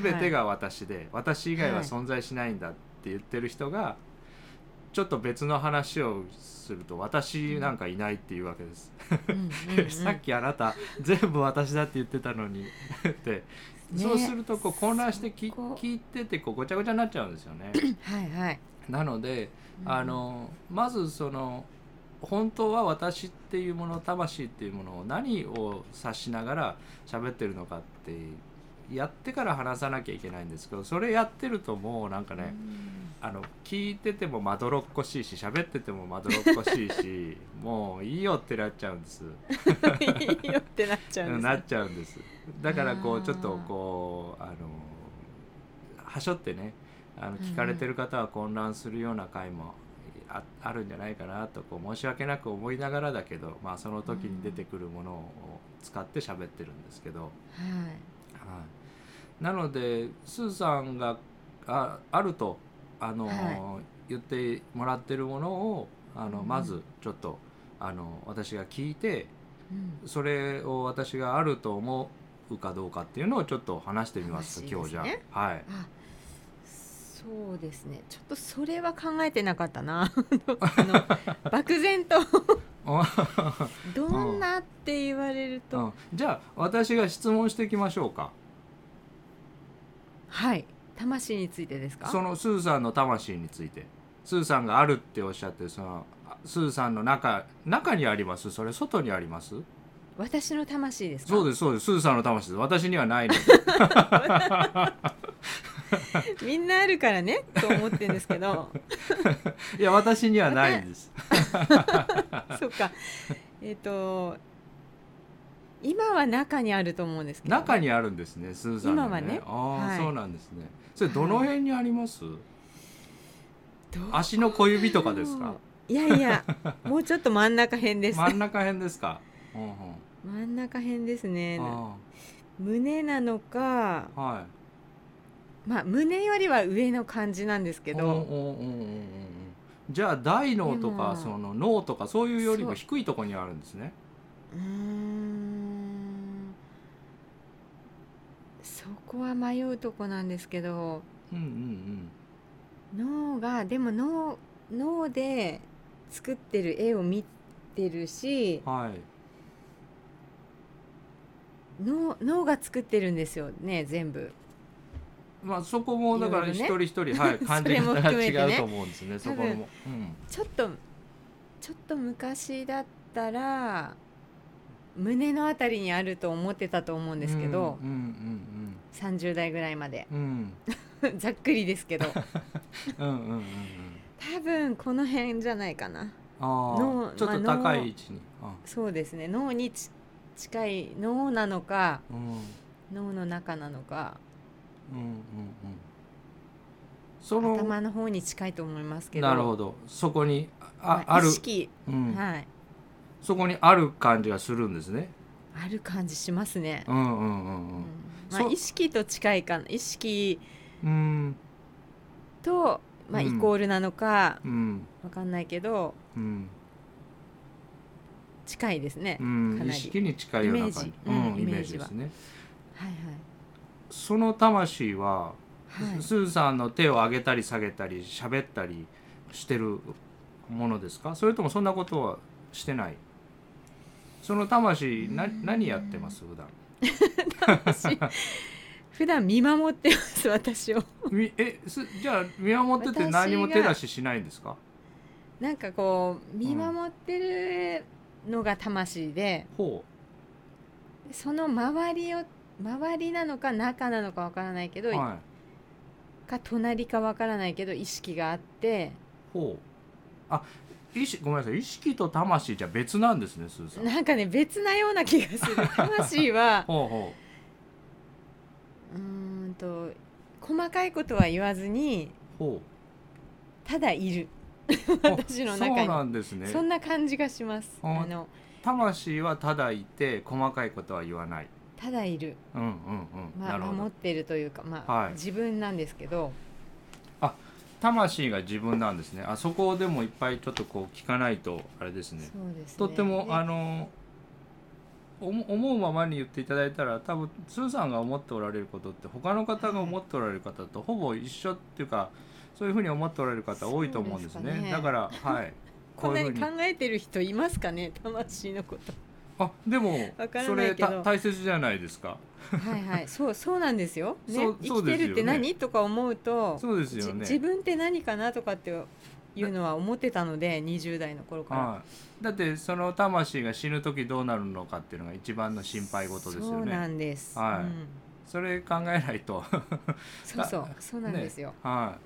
[SPEAKER 2] 全てが私で、私以外は存在しないんだって言ってる人が、ちょっと別の話をすると私なんかいないっていうわけです、
[SPEAKER 1] うんうんうん
[SPEAKER 2] [LAUGHS] さっきあなた全部私だって言ってたのに [LAUGHS] って、
[SPEAKER 1] ね
[SPEAKER 2] そうするとこう混乱してき
[SPEAKER 1] そこ
[SPEAKER 2] 聞いててこうごちゃごちゃになっちゃうんですよね
[SPEAKER 1] はいはい、
[SPEAKER 2] なのであのまずその本当は私っていうもの魂っていうものを何を指しながら喋ってるのかってやってから話さなきゃいけないんですけどそれやってると [LAUGHS] もうなんか
[SPEAKER 1] う
[SPEAKER 2] ね、
[SPEAKER 1] ん
[SPEAKER 2] あの聞いててもまどろっこしいし喋っててもまどろっこしいし [LAUGHS] もういいよってなっちゃうんです
[SPEAKER 1] いいよってなっちゃうんですね
[SPEAKER 2] なっちゃうんですだから
[SPEAKER 1] あ
[SPEAKER 2] こ
[SPEAKER 1] ー
[SPEAKER 2] うちょっとこうあのはしょってねあの
[SPEAKER 1] うんうん
[SPEAKER 2] 聞かれてる方は混乱するような回もああるんじゃないかなとこう申し訳なく思いながらだけど、まあ、その時に出てくるものを使って喋ってるんですけど、
[SPEAKER 1] はい
[SPEAKER 2] はい、なのでスーさんがああるとあの、
[SPEAKER 1] は
[SPEAKER 2] 言ってもらってるものをあの
[SPEAKER 1] うん
[SPEAKER 2] まずちょっと、あの私が聞いて
[SPEAKER 1] うん
[SPEAKER 2] それを私があると思うかどうかっていうのをちょっと話してみます
[SPEAKER 1] 話
[SPEAKER 2] 今日じゃ
[SPEAKER 1] ですね
[SPEAKER 2] あ。はい、
[SPEAKER 1] あそうですねちょっとそれは考えてなかったな [LAUGHS] あの漠然
[SPEAKER 2] [LAUGHS]
[SPEAKER 1] と [LAUGHS] どんなって言われる
[SPEAKER 2] う
[SPEAKER 1] と、
[SPEAKER 2] ん、じゃあ私が質問していきましょうか
[SPEAKER 1] はい魂についてですか
[SPEAKER 2] そのスーさんの魂についてスーさんがあるっておっしゃってるそのあスーさんの中中にありますそれ外にあります
[SPEAKER 1] 私の魂ですか
[SPEAKER 2] そうですそうですスーさんの魂です私にはないので
[SPEAKER 1] みんなあるからねと思ってるんですけど
[SPEAKER 2] いや私にはないんです [LAUGHS]
[SPEAKER 1] そっかえっ、と今は中にあると思うんですけど
[SPEAKER 2] 中にあるんですねスーさんの、
[SPEAKER 1] 今はね
[SPEAKER 2] ああ、
[SPEAKER 1] はい
[SPEAKER 2] そうなんですねそれどの辺にあります、
[SPEAKER 1] どう
[SPEAKER 2] 足の小指とかですか
[SPEAKER 1] いやい
[SPEAKER 2] [LAUGHS]
[SPEAKER 1] やもうちょっと真ん中辺です
[SPEAKER 2] 真ん中辺ですか、うんうん
[SPEAKER 1] 真ん中辺ですね
[SPEAKER 2] あ
[SPEAKER 1] 胸なのか
[SPEAKER 2] あはい
[SPEAKER 1] まあ胸よりは上の感じなんですけ
[SPEAKER 2] うん
[SPEAKER 1] ど、
[SPEAKER 2] うんうんうんうんじゃあ大脳と
[SPEAKER 1] で
[SPEAKER 2] か
[SPEAKER 1] も
[SPEAKER 2] その脳とかそういうよりも低いところにあるんですね
[SPEAKER 1] うーん、そこは迷うとこなんですけど、
[SPEAKER 2] うんうん
[SPEAKER 1] 脳がでも脳脳で作ってる絵を見てるし
[SPEAKER 2] う、んはい
[SPEAKER 1] 脳脳が作ってるんですよね全部。
[SPEAKER 2] まあそこもだか
[SPEAKER 1] い
[SPEAKER 2] ら
[SPEAKER 1] ろ
[SPEAKER 2] 一
[SPEAKER 1] いろ
[SPEAKER 2] 人一
[SPEAKER 1] [LAUGHS]
[SPEAKER 2] 人、はい感
[SPEAKER 1] そ
[SPEAKER 2] じ
[SPEAKER 1] れも
[SPEAKER 2] 方が
[SPEAKER 1] 含めてね
[SPEAKER 2] 違うと思うんですねそこ
[SPEAKER 1] 多分
[SPEAKER 2] も、うん、
[SPEAKER 1] ちょっとちょっと昔だったら胸のあたりにあると思ってたと思うんですけど、
[SPEAKER 2] うん
[SPEAKER 1] 30代ぐらいまで [LAUGHS]
[SPEAKER 2] うんうんうん
[SPEAKER 1] ざっくりです [LAUGHS] けど
[SPEAKER 2] うんうんうんうんうん
[SPEAKER 1] 多分この辺じゃないかな
[SPEAKER 2] あ
[SPEAKER 1] 脳
[SPEAKER 2] あちょっと
[SPEAKER 1] まあ
[SPEAKER 2] 高い位置に、あ
[SPEAKER 1] そうですね脳にち近い脳なのか
[SPEAKER 2] うんうん
[SPEAKER 1] 脳の中なのか
[SPEAKER 2] うんうんその
[SPEAKER 1] 頭の方に近いと思いますけど
[SPEAKER 2] なるほどそこにあ
[SPEAKER 1] まあ
[SPEAKER 2] ある
[SPEAKER 1] 意、識、
[SPEAKER 2] うん
[SPEAKER 1] はい、
[SPEAKER 2] そこにある感じがするんですね
[SPEAKER 1] ある感じしますね、
[SPEAKER 2] うんうんうん
[SPEAKER 1] うんまあ、
[SPEAKER 2] そう
[SPEAKER 1] 意識と近いかな意識
[SPEAKER 2] うん
[SPEAKER 1] と、まあ、
[SPEAKER 2] う
[SPEAKER 1] イ
[SPEAKER 2] ん
[SPEAKER 1] コールなのか
[SPEAKER 2] うんうん
[SPEAKER 1] わかんないけど
[SPEAKER 2] うん
[SPEAKER 1] 近いですね、
[SPEAKER 2] う
[SPEAKER 1] か
[SPEAKER 2] ん
[SPEAKER 1] な
[SPEAKER 2] 意
[SPEAKER 1] り
[SPEAKER 2] 識に近いような感
[SPEAKER 1] イ
[SPEAKER 2] じ
[SPEAKER 1] メージうん
[SPEAKER 2] うん、イメージ
[SPEAKER 1] イメージ
[SPEAKER 2] で
[SPEAKER 1] は
[SPEAKER 2] すね
[SPEAKER 1] はいはい
[SPEAKER 2] その魂は
[SPEAKER 1] はい
[SPEAKER 2] スーさんの手を上げたり下げたり喋ったりしてるものですかそれともそんなことはしてないその魂な
[SPEAKER 1] うん
[SPEAKER 2] 何やってます普段
[SPEAKER 1] 私 [LAUGHS] 普段見守ってます私を
[SPEAKER 2] みえすじゃあ見守ってて何も手出ししないんですか
[SPEAKER 1] なんかこう見守ってるのが魂で、
[SPEAKER 2] ほ
[SPEAKER 1] その周りを周りなのか中なのかわからないけ
[SPEAKER 2] う
[SPEAKER 1] ど、
[SPEAKER 2] はい
[SPEAKER 1] か隣かわからないけど意識があって
[SPEAKER 2] ほうあ意識ごめんなさい意識と魂じゃ別なんですねスーさん
[SPEAKER 1] なんかね別なような気がする
[SPEAKER 2] [LAUGHS]
[SPEAKER 1] 魂は
[SPEAKER 2] ほうほ
[SPEAKER 1] うーんと細かいことは言わずに
[SPEAKER 2] うほう
[SPEAKER 1] ただいる [LAUGHS] 私の中に
[SPEAKER 2] そうなんですね
[SPEAKER 1] そんな感じがします
[SPEAKER 2] あ
[SPEAKER 1] あの
[SPEAKER 2] 魂はただいて細かいことは言わない
[SPEAKER 1] ただいる、
[SPEAKER 2] うんうんうん、
[SPEAKER 1] ま
[SPEAKER 2] な
[SPEAKER 1] あ、
[SPEAKER 2] るほ
[SPEAKER 1] 守っ
[SPEAKER 2] ど
[SPEAKER 1] てるというか、まあ
[SPEAKER 2] はい
[SPEAKER 1] 自分なんですけど
[SPEAKER 2] 魂が自分なんですねあそこをでもいっぱいちょっとこう聞かないとあれですね
[SPEAKER 1] そうですね
[SPEAKER 2] とっても
[SPEAKER 1] で
[SPEAKER 2] あのおも思うままに言っていただいたら多分スーさんが思っておられることって他の方が思っておられる方とほぼ一緒っていうかそういうふうに思っておられる方多いと思うんです
[SPEAKER 1] そうです
[SPEAKER 2] ね
[SPEAKER 1] かね
[SPEAKER 2] だからはい
[SPEAKER 1] [LAUGHS] こんなに
[SPEAKER 2] う
[SPEAKER 1] 考えてる人いますかね [LAUGHS] 魂のこと
[SPEAKER 2] あでも
[SPEAKER 1] わから
[SPEAKER 2] そ
[SPEAKER 1] ない
[SPEAKER 2] れ
[SPEAKER 1] けど
[SPEAKER 2] た大切じゃないですか
[SPEAKER 1] はいはい [LAUGHS] そうそうなんですよ、ね、
[SPEAKER 2] そう
[SPEAKER 1] 生
[SPEAKER 2] そう
[SPEAKER 1] き
[SPEAKER 2] で
[SPEAKER 1] て
[SPEAKER 2] すよね
[SPEAKER 1] るって何、とか思うと
[SPEAKER 2] そうですよね
[SPEAKER 1] じ自分って何かなとかっていうのは思ってたので20代の頃から、
[SPEAKER 2] はい、だってその魂が死ぬ時どうなるのかっていうのが一番の心配事です
[SPEAKER 1] そ
[SPEAKER 2] よ
[SPEAKER 1] うな
[SPEAKER 2] ね
[SPEAKER 1] んです、
[SPEAKER 2] は
[SPEAKER 1] う
[SPEAKER 2] い
[SPEAKER 1] ん
[SPEAKER 2] それ考えないと
[SPEAKER 1] そうそうそうなんですよ、
[SPEAKER 2] ねは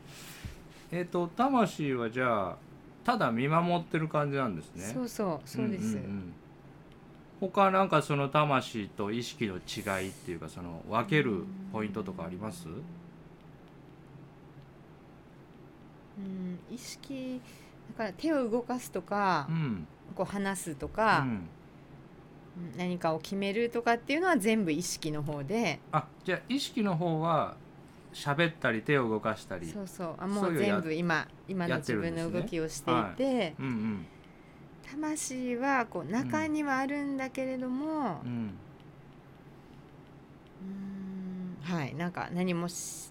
[SPEAKER 2] いえっ、と魂はじゃあただ見守ってる感じなんですね
[SPEAKER 1] そうそうそうです、
[SPEAKER 2] んんん他なんかその魂と意識の違いっていうかその分けるポイントとかあります
[SPEAKER 1] うん、意識だから手を動かすとか
[SPEAKER 2] う、ん、
[SPEAKER 1] こう話すと
[SPEAKER 2] う
[SPEAKER 1] か、
[SPEAKER 2] ん、
[SPEAKER 1] うん何かを決めるとかっていうのは全部意識の方で、
[SPEAKER 2] あじゃあ意識の方は喋ったり手を動かしたり
[SPEAKER 1] そうそうあも
[SPEAKER 2] そう
[SPEAKER 1] う
[SPEAKER 2] いうや
[SPEAKER 1] 全部今今の
[SPEAKER 2] やっ
[SPEAKER 1] 自
[SPEAKER 2] てるん
[SPEAKER 1] 分の
[SPEAKER 2] ですね
[SPEAKER 1] 動きをしていて、
[SPEAKER 2] うんうん
[SPEAKER 1] 魂はこう中にはあるんだけれども
[SPEAKER 2] う、ん
[SPEAKER 1] うんはいなんか何もし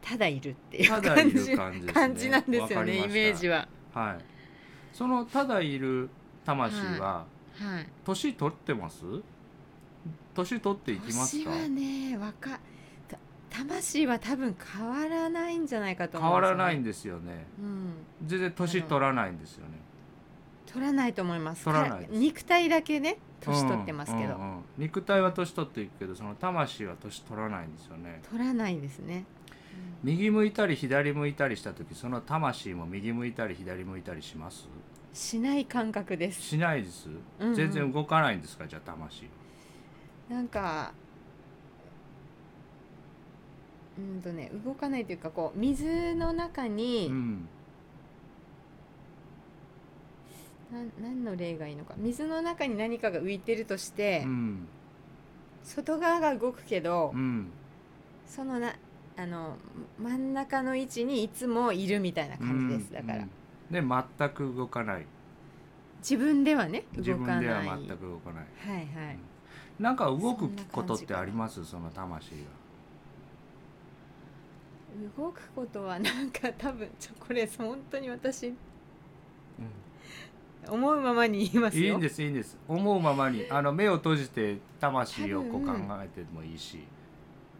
[SPEAKER 1] ただいるっていう
[SPEAKER 2] ただ
[SPEAKER 1] 感
[SPEAKER 2] い
[SPEAKER 1] じ
[SPEAKER 2] る感じですね
[SPEAKER 1] 感じなんですよ
[SPEAKER 2] わかり
[SPEAKER 1] ねイ
[SPEAKER 2] ました
[SPEAKER 1] メージは。
[SPEAKER 2] はい。そのただいる魂は
[SPEAKER 1] はい
[SPEAKER 2] 年取ってます？年取っていきます
[SPEAKER 1] 星
[SPEAKER 2] か？
[SPEAKER 1] はね若た魂は多分変わらないんじゃないかと
[SPEAKER 2] 変
[SPEAKER 1] 思
[SPEAKER 2] わ
[SPEAKER 1] うんですよ
[SPEAKER 2] ら
[SPEAKER 1] ね
[SPEAKER 2] ないんですよね。
[SPEAKER 1] うん
[SPEAKER 2] 全然年取らないんですよね。
[SPEAKER 1] 取らないと思います
[SPEAKER 2] 取らないです
[SPEAKER 1] か肉体だけね年取ってますけど、
[SPEAKER 2] うんうんうん肉体は年取っていくけど、その魂は年取らないんですよね。
[SPEAKER 1] 取らないですね、うん
[SPEAKER 2] 右向いたり左向いたりした時、その魂も右向いたり左向いたりします？
[SPEAKER 1] しない感覚です
[SPEAKER 2] しないです。
[SPEAKER 1] うんうん
[SPEAKER 2] 全然動かないんですか？じゃあ魂。
[SPEAKER 1] なんかうんとね動かないというかこう水の中
[SPEAKER 2] う
[SPEAKER 1] に、
[SPEAKER 2] ん。
[SPEAKER 1] なん、何の例がいいのか水の中に何かが浮いてるとして、
[SPEAKER 2] うん。
[SPEAKER 1] 外側が動くけど、
[SPEAKER 2] うん。
[SPEAKER 1] そのなあの真ん中の位置にいつもいるみたいな感じです、
[SPEAKER 2] うん
[SPEAKER 1] だから、
[SPEAKER 2] うんで全く動かない。
[SPEAKER 1] 自分ではね
[SPEAKER 2] 自
[SPEAKER 1] 動
[SPEAKER 2] 分
[SPEAKER 1] かない
[SPEAKER 2] では全く動かない
[SPEAKER 1] はいはい
[SPEAKER 2] なんか動くことってありますその魂が
[SPEAKER 1] 動くことはなんか多分ちょこれ本当に私思うままに言います
[SPEAKER 2] い
[SPEAKER 1] よ
[SPEAKER 2] いんですいいんです思うままにあの目を閉じて魂をこう
[SPEAKER 1] 多
[SPEAKER 2] 考
[SPEAKER 1] 分
[SPEAKER 2] えてもいいし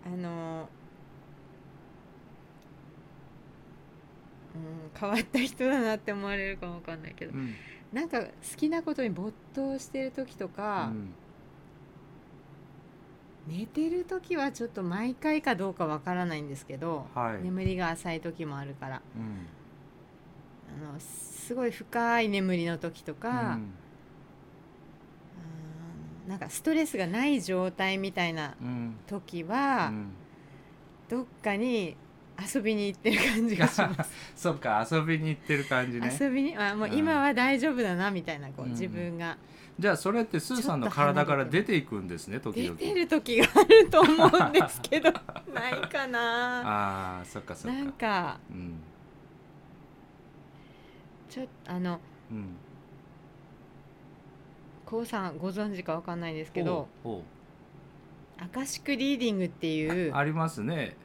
[SPEAKER 1] あのうん変わった人だなって思われるかもわかんないけど
[SPEAKER 2] う、ん
[SPEAKER 1] なんか好きなことに没頭してる時とか、寝てる時はちょっと毎回かどうかわからないんですけど、
[SPEAKER 2] はい
[SPEAKER 1] 眠りが浅い時もあるから
[SPEAKER 2] うん
[SPEAKER 1] あのすごい深い眠りの時とか、うんなんかストレスがない状態みたいな
[SPEAKER 2] うんうん
[SPEAKER 1] 時
[SPEAKER 2] う
[SPEAKER 1] は、
[SPEAKER 2] ん
[SPEAKER 1] どっかに遊びに行ってる感じがします。
[SPEAKER 2] そっか遊びに行ってる感じ
[SPEAKER 1] [LAUGHS]
[SPEAKER 2] ね
[SPEAKER 1] 遊びにあもう
[SPEAKER 2] うん
[SPEAKER 1] 今は大丈夫だなみたいなこ
[SPEAKER 2] う
[SPEAKER 1] うん
[SPEAKER 2] うん
[SPEAKER 1] 自分が
[SPEAKER 2] じゃあそれってスーさんの体から出ていくんですね時
[SPEAKER 1] 出
[SPEAKER 2] 々
[SPEAKER 1] てる時があると思うんですけど [LAUGHS] ないかな
[SPEAKER 2] ああそっかそっ
[SPEAKER 1] なん
[SPEAKER 2] か
[SPEAKER 1] か
[SPEAKER 2] うん
[SPEAKER 1] ちょっとあの
[SPEAKER 2] うん
[SPEAKER 1] こうさんご存知かわかんないですけど
[SPEAKER 2] ほうほ
[SPEAKER 1] アカシックリーディングっていう
[SPEAKER 2] うありますね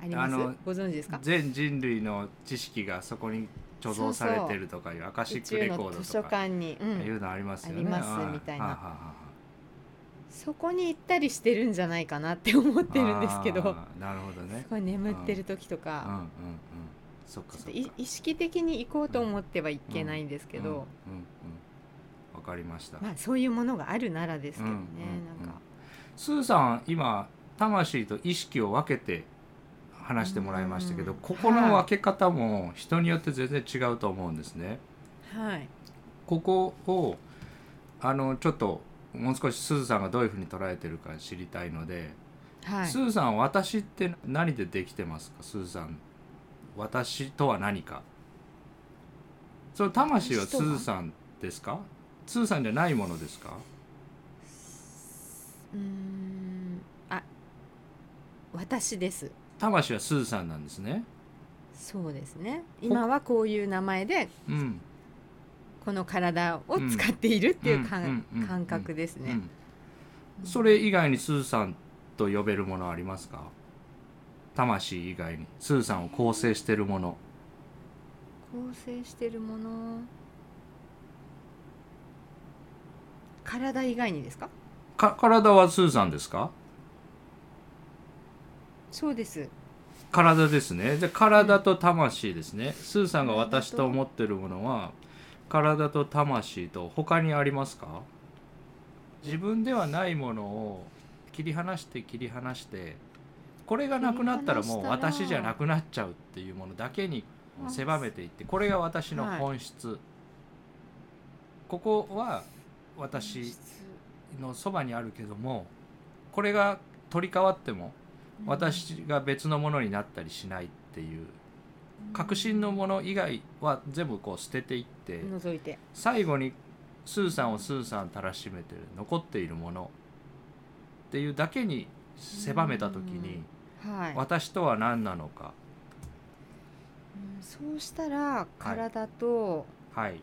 [SPEAKER 1] あります
[SPEAKER 2] の
[SPEAKER 1] ご存知ですか
[SPEAKER 2] 全人類の知識がそこに貯蔵されてるとかいうアカシ
[SPEAKER 1] 宇
[SPEAKER 2] ックレ
[SPEAKER 1] 宙
[SPEAKER 2] コー
[SPEAKER 1] の
[SPEAKER 2] ド
[SPEAKER 1] 図
[SPEAKER 2] と
[SPEAKER 1] 書
[SPEAKER 2] か
[SPEAKER 1] 館に、うん
[SPEAKER 2] いうのありますよ
[SPEAKER 1] あ
[SPEAKER 2] ね。
[SPEAKER 1] ります
[SPEAKER 2] あー
[SPEAKER 1] みたいな
[SPEAKER 2] ははは
[SPEAKER 1] そこに行ったりしてるんじゃないかなって思ってるんですけどす
[SPEAKER 2] あーなるほどね。
[SPEAKER 1] ごい眠ってる時と
[SPEAKER 2] うんうん
[SPEAKER 1] か、
[SPEAKER 2] うん。そっか
[SPEAKER 1] ちょ
[SPEAKER 2] そ
[SPEAKER 1] っ
[SPEAKER 2] っ
[SPEAKER 1] と
[SPEAKER 2] か。
[SPEAKER 1] い意識的に行こうと思ってはいけないんですけど、
[SPEAKER 2] うんうんうんわかりました。
[SPEAKER 1] まあそういうものがあるならですけどね、
[SPEAKER 2] うんうんうん
[SPEAKER 1] なんか
[SPEAKER 2] スーさん今魂と意識を分けて話してもらいましたけど、
[SPEAKER 1] うん
[SPEAKER 2] ここの分け方も人によって全然違うと思うんですね。
[SPEAKER 1] はい
[SPEAKER 2] ここをあのちょっともう少しすずさんがどういうふうに捉えてるか知りたいので、
[SPEAKER 1] はい
[SPEAKER 2] すずさん私って何でできてますかすずさん私とは何かその魂は
[SPEAKER 1] 私と
[SPEAKER 2] す
[SPEAKER 1] は
[SPEAKER 2] ずさんですかすずさんじゃないものですか
[SPEAKER 1] うーんあ私です
[SPEAKER 2] 魂はすずさんなんですね
[SPEAKER 1] そうですね今はこういう名前で
[SPEAKER 2] うん
[SPEAKER 1] この体を使っているっていうかん
[SPEAKER 2] うんうんうんうん
[SPEAKER 1] 感覚ですね、
[SPEAKER 2] うん、それ以外にスーさんと呼べるものありますか魂以外にスーさんを構成してるもの
[SPEAKER 1] 構成してるもの体以外にですか
[SPEAKER 2] か体はスーさんですか
[SPEAKER 1] そうです
[SPEAKER 2] 体ですねじゃあ体と魂ですね、スーさんが私と思ってるものは体と魂と他にありますか自分ではないものを切り離して切り離してこれがなくなったらもう
[SPEAKER 1] 切り離したら
[SPEAKER 2] 私じゃなくなっちゃうっていうものだけに
[SPEAKER 1] あ
[SPEAKER 2] 狭めていってこれが私の本質、ここは私のそばにあるけどもこれが取り替わっても私が別のものになったりしないっていう確信のもの以外は全部こう捨てていって
[SPEAKER 1] うん覗いて
[SPEAKER 2] 最後にスーさんをスーさんたらしめてる残っているものっていうだけに狭めた時に
[SPEAKER 1] はい
[SPEAKER 2] 私とは何なのか
[SPEAKER 1] うんそうしたら体と、
[SPEAKER 2] はい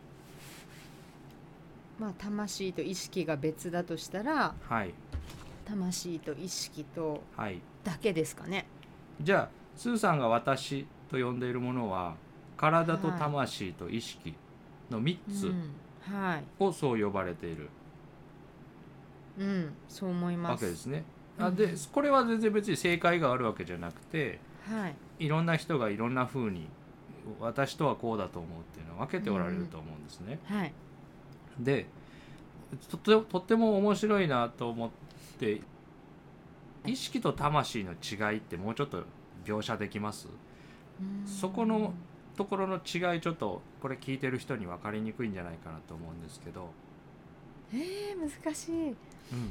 [SPEAKER 1] まあ魂と意識が別だとしたら
[SPEAKER 2] はい
[SPEAKER 1] 魂と意識と
[SPEAKER 2] はい
[SPEAKER 1] だけですかね
[SPEAKER 2] じゃあスーさんが私と呼んでいるものは体と魂と意識の3つ
[SPEAKER 1] うん、はい、
[SPEAKER 2] をそう呼ばれている
[SPEAKER 1] うん、そう思いま
[SPEAKER 2] わ
[SPEAKER 1] す。
[SPEAKER 2] けですね。
[SPEAKER 1] うん
[SPEAKER 2] あでこれは全然別に正解があるわけじゃなくて
[SPEAKER 1] はい、
[SPEAKER 2] いろんな人がいろんな風に私とはこうだと思うっていうのは分けておられると思うんですね。
[SPEAKER 1] はい、
[SPEAKER 2] でとてとっても面白いなと思って意識と魂の違いってもうちょっと描写できます
[SPEAKER 1] うん
[SPEAKER 2] そこのところの違いちょっとこれ聞いてる人に分かりにくいんじゃないかなと思うんですけど、
[SPEAKER 1] えー、難しい。う
[SPEAKER 2] うんうん、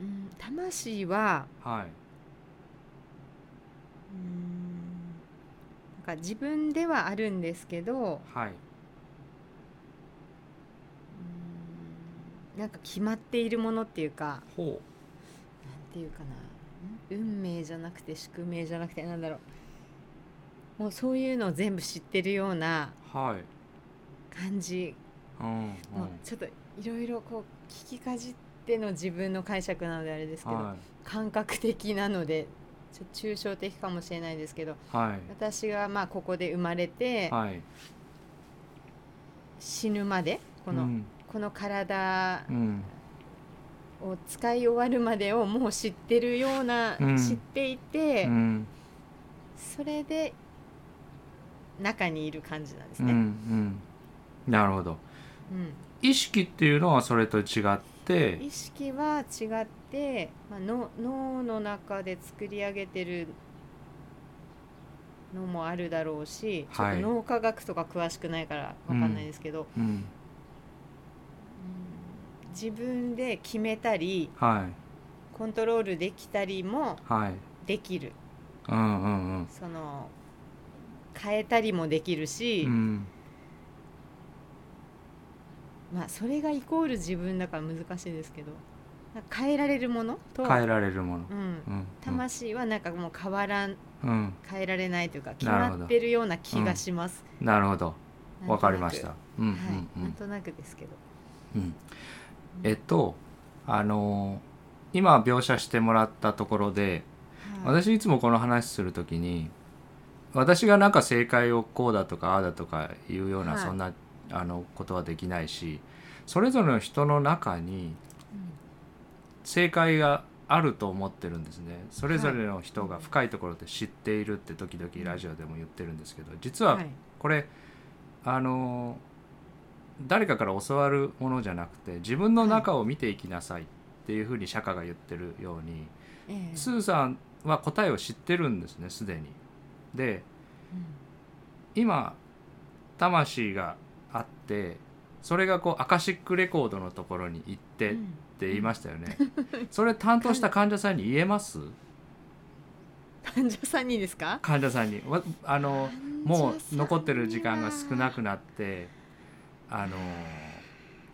[SPEAKER 1] ーん、うん、魂は、
[SPEAKER 2] はいう
[SPEAKER 1] ーん、なんか自分ではあるんですけど、
[SPEAKER 2] はい、
[SPEAKER 1] うん、なんか決まっているものっていうか、
[SPEAKER 2] ほ
[SPEAKER 1] なんていうかな、ん運命じゃなくて宿命じゃなくてなんだろう。もうそういうのを全部知ってるような
[SPEAKER 2] うはい、
[SPEAKER 1] 感じ
[SPEAKER 2] うんうん、
[SPEAKER 1] もうちょっといろいろこう聞きかじっての自分の解釈なのであれですけど、
[SPEAKER 2] は
[SPEAKER 1] 感覚的なのでちょっと抽象的かもしれないですけど
[SPEAKER 2] いは
[SPEAKER 1] 私がまあここで生まれて、
[SPEAKER 2] いはい
[SPEAKER 1] 死ぬまでこの,、
[SPEAKER 2] うん
[SPEAKER 1] この体
[SPEAKER 2] うん
[SPEAKER 1] を使い終わるまでをもう知ってるような、
[SPEAKER 2] うん
[SPEAKER 1] 知っていて、
[SPEAKER 2] うん
[SPEAKER 1] それで中にいる感じなんです
[SPEAKER 2] うんう
[SPEAKER 1] ね。
[SPEAKER 2] んなるほど
[SPEAKER 1] うん
[SPEAKER 2] 意識っていうのはそれと違って
[SPEAKER 1] 意識は違って、まあ、の脳の中で作り上げてるのもあるだろうし、
[SPEAKER 2] はい
[SPEAKER 1] ちょっと脳科学とか詳しくないからわかんないですけど、
[SPEAKER 2] うん
[SPEAKER 1] うん自分で決めたり
[SPEAKER 2] はい
[SPEAKER 1] コントロールできたりも
[SPEAKER 2] はい
[SPEAKER 1] できる
[SPEAKER 2] うんうん
[SPEAKER 1] その変えたりもできる
[SPEAKER 2] うん
[SPEAKER 1] し、
[SPEAKER 2] うん
[SPEAKER 1] まあ、それがイコール自分だから難しいですけどなんか変えられるものと、
[SPEAKER 2] 変えられるもの
[SPEAKER 1] うん、
[SPEAKER 2] うん
[SPEAKER 1] 魂はなんかもう変わらん
[SPEAKER 2] うんうん
[SPEAKER 1] 変えられないというか決
[SPEAKER 2] なるほど
[SPEAKER 1] まってるような気がします。
[SPEAKER 2] なるほど
[SPEAKER 1] なんとなく
[SPEAKER 2] わかりまし。たうんう
[SPEAKER 1] は
[SPEAKER 2] ん
[SPEAKER 1] い、
[SPEAKER 2] う
[SPEAKER 1] なん
[SPEAKER 2] ん
[SPEAKER 1] となくですけど。
[SPEAKER 2] うんえっとあのー今描写してもらったところで、
[SPEAKER 1] はい
[SPEAKER 2] 私いつもこの話するときに私がなんか正解をこうだとかああだとかいうような、
[SPEAKER 1] はい
[SPEAKER 2] そんなあのことはできないしそれぞれの人の中に正解があると思ってるんですねそれぞれの人が深いところで知っているって時々ラジオでも言ってるんですけど実は
[SPEAKER 1] はい
[SPEAKER 2] これあの誰かから教わるものじゃなくて自分の中を見ていきなさいっていうふうに釈迦が言ってるように、
[SPEAKER 1] ええ
[SPEAKER 2] スーさんは答えを知ってるんですねすでに。で今魂があってそれがこうアカシックレコードのところに行って
[SPEAKER 1] う
[SPEAKER 2] っ
[SPEAKER 1] ん
[SPEAKER 2] て言いましたよね。それ担当した患者さんに言えます
[SPEAKER 1] 患者さんにですか
[SPEAKER 2] 患者さんに。わあのもう残ってる時間が少なく
[SPEAKER 1] な
[SPEAKER 2] なってあの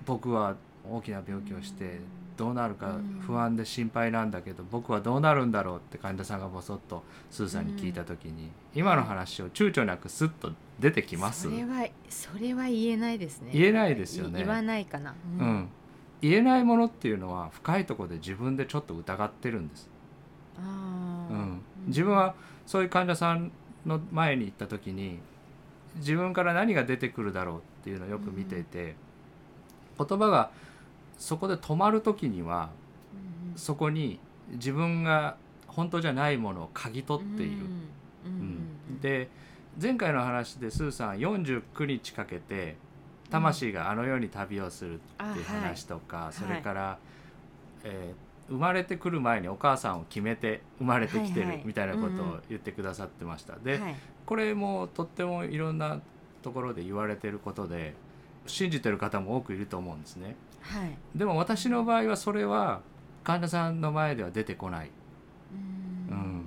[SPEAKER 2] 僕は大きな病気をしてどうなるか不安で心配なんだけど僕はどうなるんだろうって患者さんがぼそっとスーさんに聞いた時に今の話を躊躇なくスッと出てきます
[SPEAKER 1] それはそれは言えないですね
[SPEAKER 2] 言えないですよね
[SPEAKER 1] 言わないかなう
[SPEAKER 2] うんん言えないものっていうのは深いところで自分でちょっと疑ってるんです
[SPEAKER 1] あ
[SPEAKER 2] う
[SPEAKER 1] ー
[SPEAKER 2] ん、自分はそういう患者さんの前に行った時に自分から何が出てくるだろうっていうのをよく見ていて、言葉がそこで止まる時には
[SPEAKER 1] うんうん
[SPEAKER 2] そこに自分が本当じゃないものを嗅ぎ取っている。
[SPEAKER 1] うんう
[SPEAKER 2] う
[SPEAKER 1] んんうん
[SPEAKER 2] で前回の話でスーさん49日かけて魂があの世に旅をするっていう
[SPEAKER 1] あはい
[SPEAKER 2] 話とか、
[SPEAKER 1] い
[SPEAKER 2] それから、えー生まれてくる前にお母さんを決めて生まれてきてる
[SPEAKER 1] はいはい
[SPEAKER 2] みたいなこと
[SPEAKER 1] うんう
[SPEAKER 2] を
[SPEAKER 1] ん
[SPEAKER 2] 言ってくださってました。で、
[SPEAKER 1] はい
[SPEAKER 2] これもとってもいろんなところで言われてることで信じてる方も多くいると思うんですね。
[SPEAKER 1] はい
[SPEAKER 2] でも私の場合はそれは患者さんの前では出てこない。
[SPEAKER 1] う
[SPEAKER 2] うんん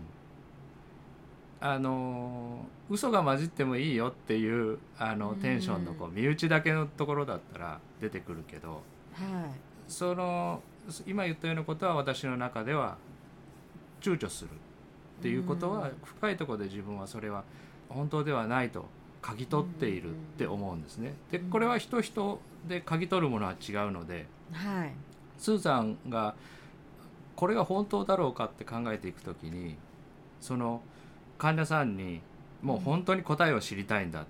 [SPEAKER 2] あのー嘘が混じってもいいよっていうあの
[SPEAKER 1] うん
[SPEAKER 2] テンションのこう身内だけのところだったら出てくるけど
[SPEAKER 1] は
[SPEAKER 2] その今言ったようなことは私の中では躊躇するっていうことは
[SPEAKER 1] うん
[SPEAKER 2] 深いところで自分はそれは本当ではないと嗅ぎ取っているって思うんですね。でこれは人人で嗅ぎ取るものは違うので
[SPEAKER 1] いはい
[SPEAKER 2] スーさんがこれが本当だろうかって考えていくときにその患者さんにもう本当に答えを知りたいんだ、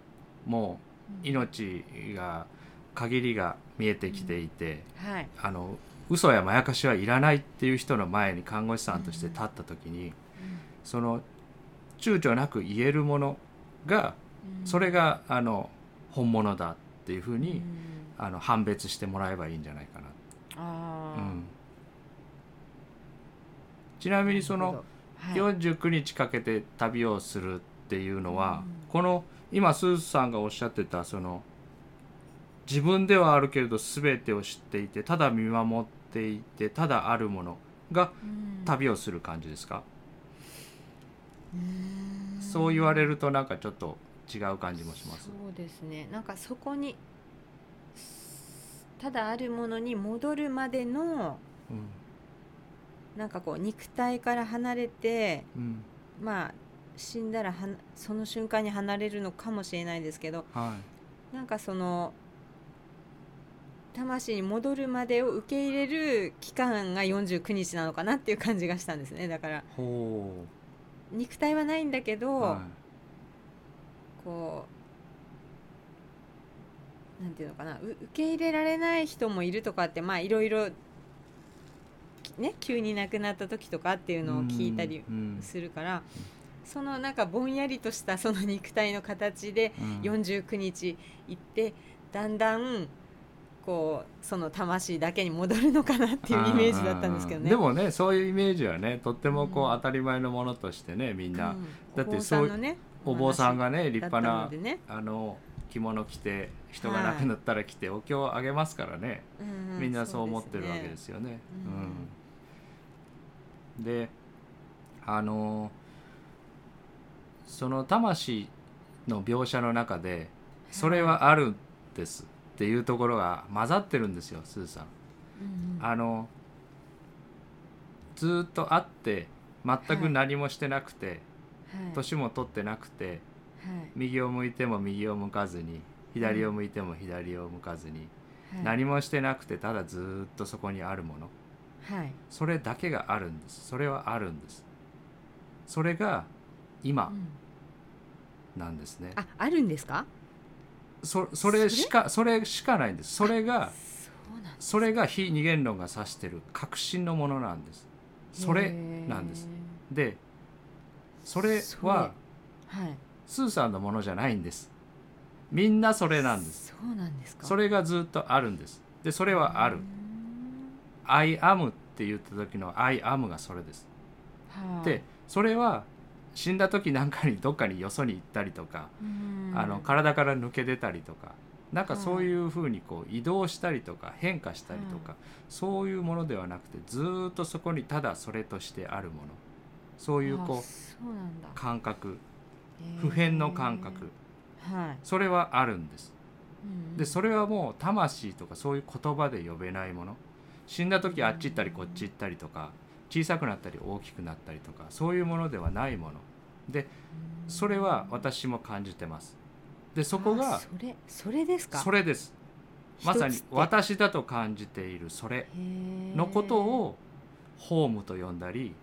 [SPEAKER 2] もう命が限りが見えてきていて、
[SPEAKER 1] はい
[SPEAKER 2] あの嘘やまやかしはいらないっていう人の前に看護師さんとして立ったときに、その躊躇なく言えるものがそれ
[SPEAKER 1] が
[SPEAKER 2] があの本物だっていうふうに、あの判別してもらえばいいんじゃないかな
[SPEAKER 1] あ
[SPEAKER 2] う
[SPEAKER 1] ー
[SPEAKER 2] んちなみにその
[SPEAKER 1] なるほどはい
[SPEAKER 2] 49日かけて旅をするっていうのは、
[SPEAKER 1] うん
[SPEAKER 2] この今スーさんがおっしゃってたその自分ではあるけれど全てを知っていてただ見守っていてただあるものが
[SPEAKER 1] うん
[SPEAKER 2] 旅をする感じですか、
[SPEAKER 1] うん
[SPEAKER 2] そう言われるとなんかちょっと違う感じもします。
[SPEAKER 1] そうですねなんかそこにただあるものに戻るまでの
[SPEAKER 2] うん
[SPEAKER 1] なんかこう肉体から離れて
[SPEAKER 2] うん
[SPEAKER 1] まあ死んだらはなその瞬間に離れるのかもしれないですけど
[SPEAKER 2] は
[SPEAKER 1] なんかその魂に戻るまでを受け入れる期間が49日なのかなっていう感じがしたんですねだから
[SPEAKER 2] い、ほ
[SPEAKER 1] 肉体はないんだけど、
[SPEAKER 2] う、は
[SPEAKER 1] こうなんていうのかなう受け入れられない人もいるとかってまあいろいろきね急に亡くなった時とかってい
[SPEAKER 2] いう
[SPEAKER 1] のを聞いたり
[SPEAKER 2] うん
[SPEAKER 1] するから、そのなんかぼんやりとしたその肉体の形で
[SPEAKER 2] うん
[SPEAKER 1] 49日行ってだんだんこうその魂だけに戻るのかなっていうイメージだったんですけどね。
[SPEAKER 2] でもねそういうイメージはねとってもこう、
[SPEAKER 1] うん
[SPEAKER 2] 当たり前のものとしてねみんな、
[SPEAKER 1] う
[SPEAKER 2] だ
[SPEAKER 1] ん、
[SPEAKER 2] って
[SPEAKER 1] お坊
[SPEAKER 2] そう
[SPEAKER 1] さんのね
[SPEAKER 2] お坊さんがね
[SPEAKER 1] お話
[SPEAKER 2] 立
[SPEAKER 1] だ
[SPEAKER 2] 派
[SPEAKER 1] ったの
[SPEAKER 2] な
[SPEAKER 1] でね、
[SPEAKER 2] あの着物着て人が亡くなったら着てお経をあげますからね、
[SPEAKER 1] う
[SPEAKER 2] みんなそう思ってるわけですすよね。
[SPEAKER 1] う
[SPEAKER 2] うんであのその魂の描写の中で「それはあるんです」っていうところが混ざってるんですよすずさん。
[SPEAKER 1] うんうん
[SPEAKER 2] あのずーっと会って全く何もしてなくて、
[SPEAKER 1] はい
[SPEAKER 2] 年も取ってなくて
[SPEAKER 1] はい
[SPEAKER 2] 右を向いても右を向かずに左を向いても左を向かずに、
[SPEAKER 1] はい、
[SPEAKER 2] 何もしてなくてただずーっとそこにあるもの
[SPEAKER 1] はい
[SPEAKER 2] それだけがあるんですそれはあるんですそれが
[SPEAKER 1] う
[SPEAKER 2] 今
[SPEAKER 1] ん
[SPEAKER 2] なんですね、
[SPEAKER 1] ああるんですか
[SPEAKER 2] そそれしかそれしかないんですそれが
[SPEAKER 1] そうなん
[SPEAKER 2] それが非二元論が指してる確信のものなんですそれなんですでそれは
[SPEAKER 1] はい
[SPEAKER 2] スーさんのものじゃないんですみんなそれなんです
[SPEAKER 1] そうなんですか
[SPEAKER 2] そ
[SPEAKER 1] れ
[SPEAKER 2] れがずっとあるんですでそれはある「I am」って言った時の「I am」がそれですでそれは死んだ時なんかにどっかによそに行ったりとか、あの体から抜け出たりとかなんかそういうふうにこう移動したりとか変化したりとか、そういうものではなくてずーっとそこにただそれとしてあるものそ
[SPEAKER 1] と
[SPEAKER 2] ういうこう
[SPEAKER 1] そうなんだ
[SPEAKER 2] 感覚
[SPEAKER 1] へー
[SPEAKER 2] 普遍の感覚
[SPEAKER 1] はい
[SPEAKER 2] それはあるんです。
[SPEAKER 1] うんうん
[SPEAKER 2] でそれはもう魂とかそういう言葉で呼べないもの死んだ時あっち行ったり
[SPEAKER 1] うん
[SPEAKER 2] こっち行ったりとか小さくなったり大きくなったりとかそういうものではないもの
[SPEAKER 1] うん
[SPEAKER 2] それは私も感じてますでそこ
[SPEAKER 1] あ
[SPEAKER 2] が
[SPEAKER 1] それそれですか
[SPEAKER 2] それですまさに
[SPEAKER 1] 一つって
[SPEAKER 2] 私だと感じているそれ
[SPEAKER 1] へー
[SPEAKER 2] のことをホームと呼んだり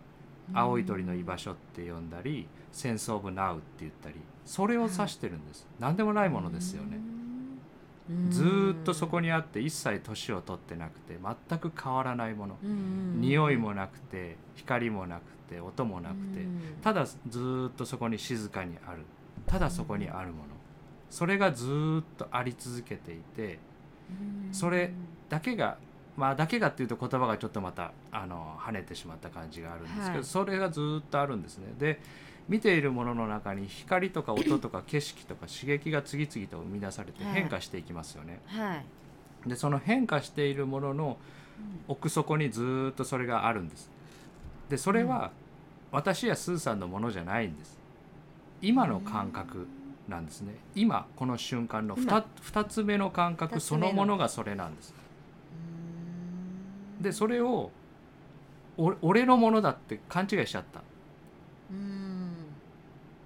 [SPEAKER 2] 青い鳥の居場所って呼んだり戦争部ナウって言ったりそれを指してるんです何でもないものですよね
[SPEAKER 1] うん
[SPEAKER 2] ずーっとそこにあって一切年を取ってなくて全く変わらないもの匂いもなくて光もなくて音もなくてただずーっとそこに静かにあるただそこにあるものそれがずーっとあり続けていてそれだけがまあだけがっていうと言葉がちょっとまたあの跳ねてしまった感じがあるんですけど、
[SPEAKER 1] はい
[SPEAKER 2] それがずーっとあるんですねで見ているものの中に光とか音とか景色とか刺激が次々と生み出されて変化していきますよね。
[SPEAKER 1] はい
[SPEAKER 2] でその変化しているものの奥底にずーっとそれがあるんですでそれは私やスーさんのものじゃないんです今の感覚なんですね今この瞬間の 2, つ目の感覚
[SPEAKER 1] 二つ
[SPEAKER 2] そ
[SPEAKER 1] 目の
[SPEAKER 2] のものがそれなんです
[SPEAKER 1] うん
[SPEAKER 2] でそれをお俺のものだって勘違いしちゃった
[SPEAKER 1] うん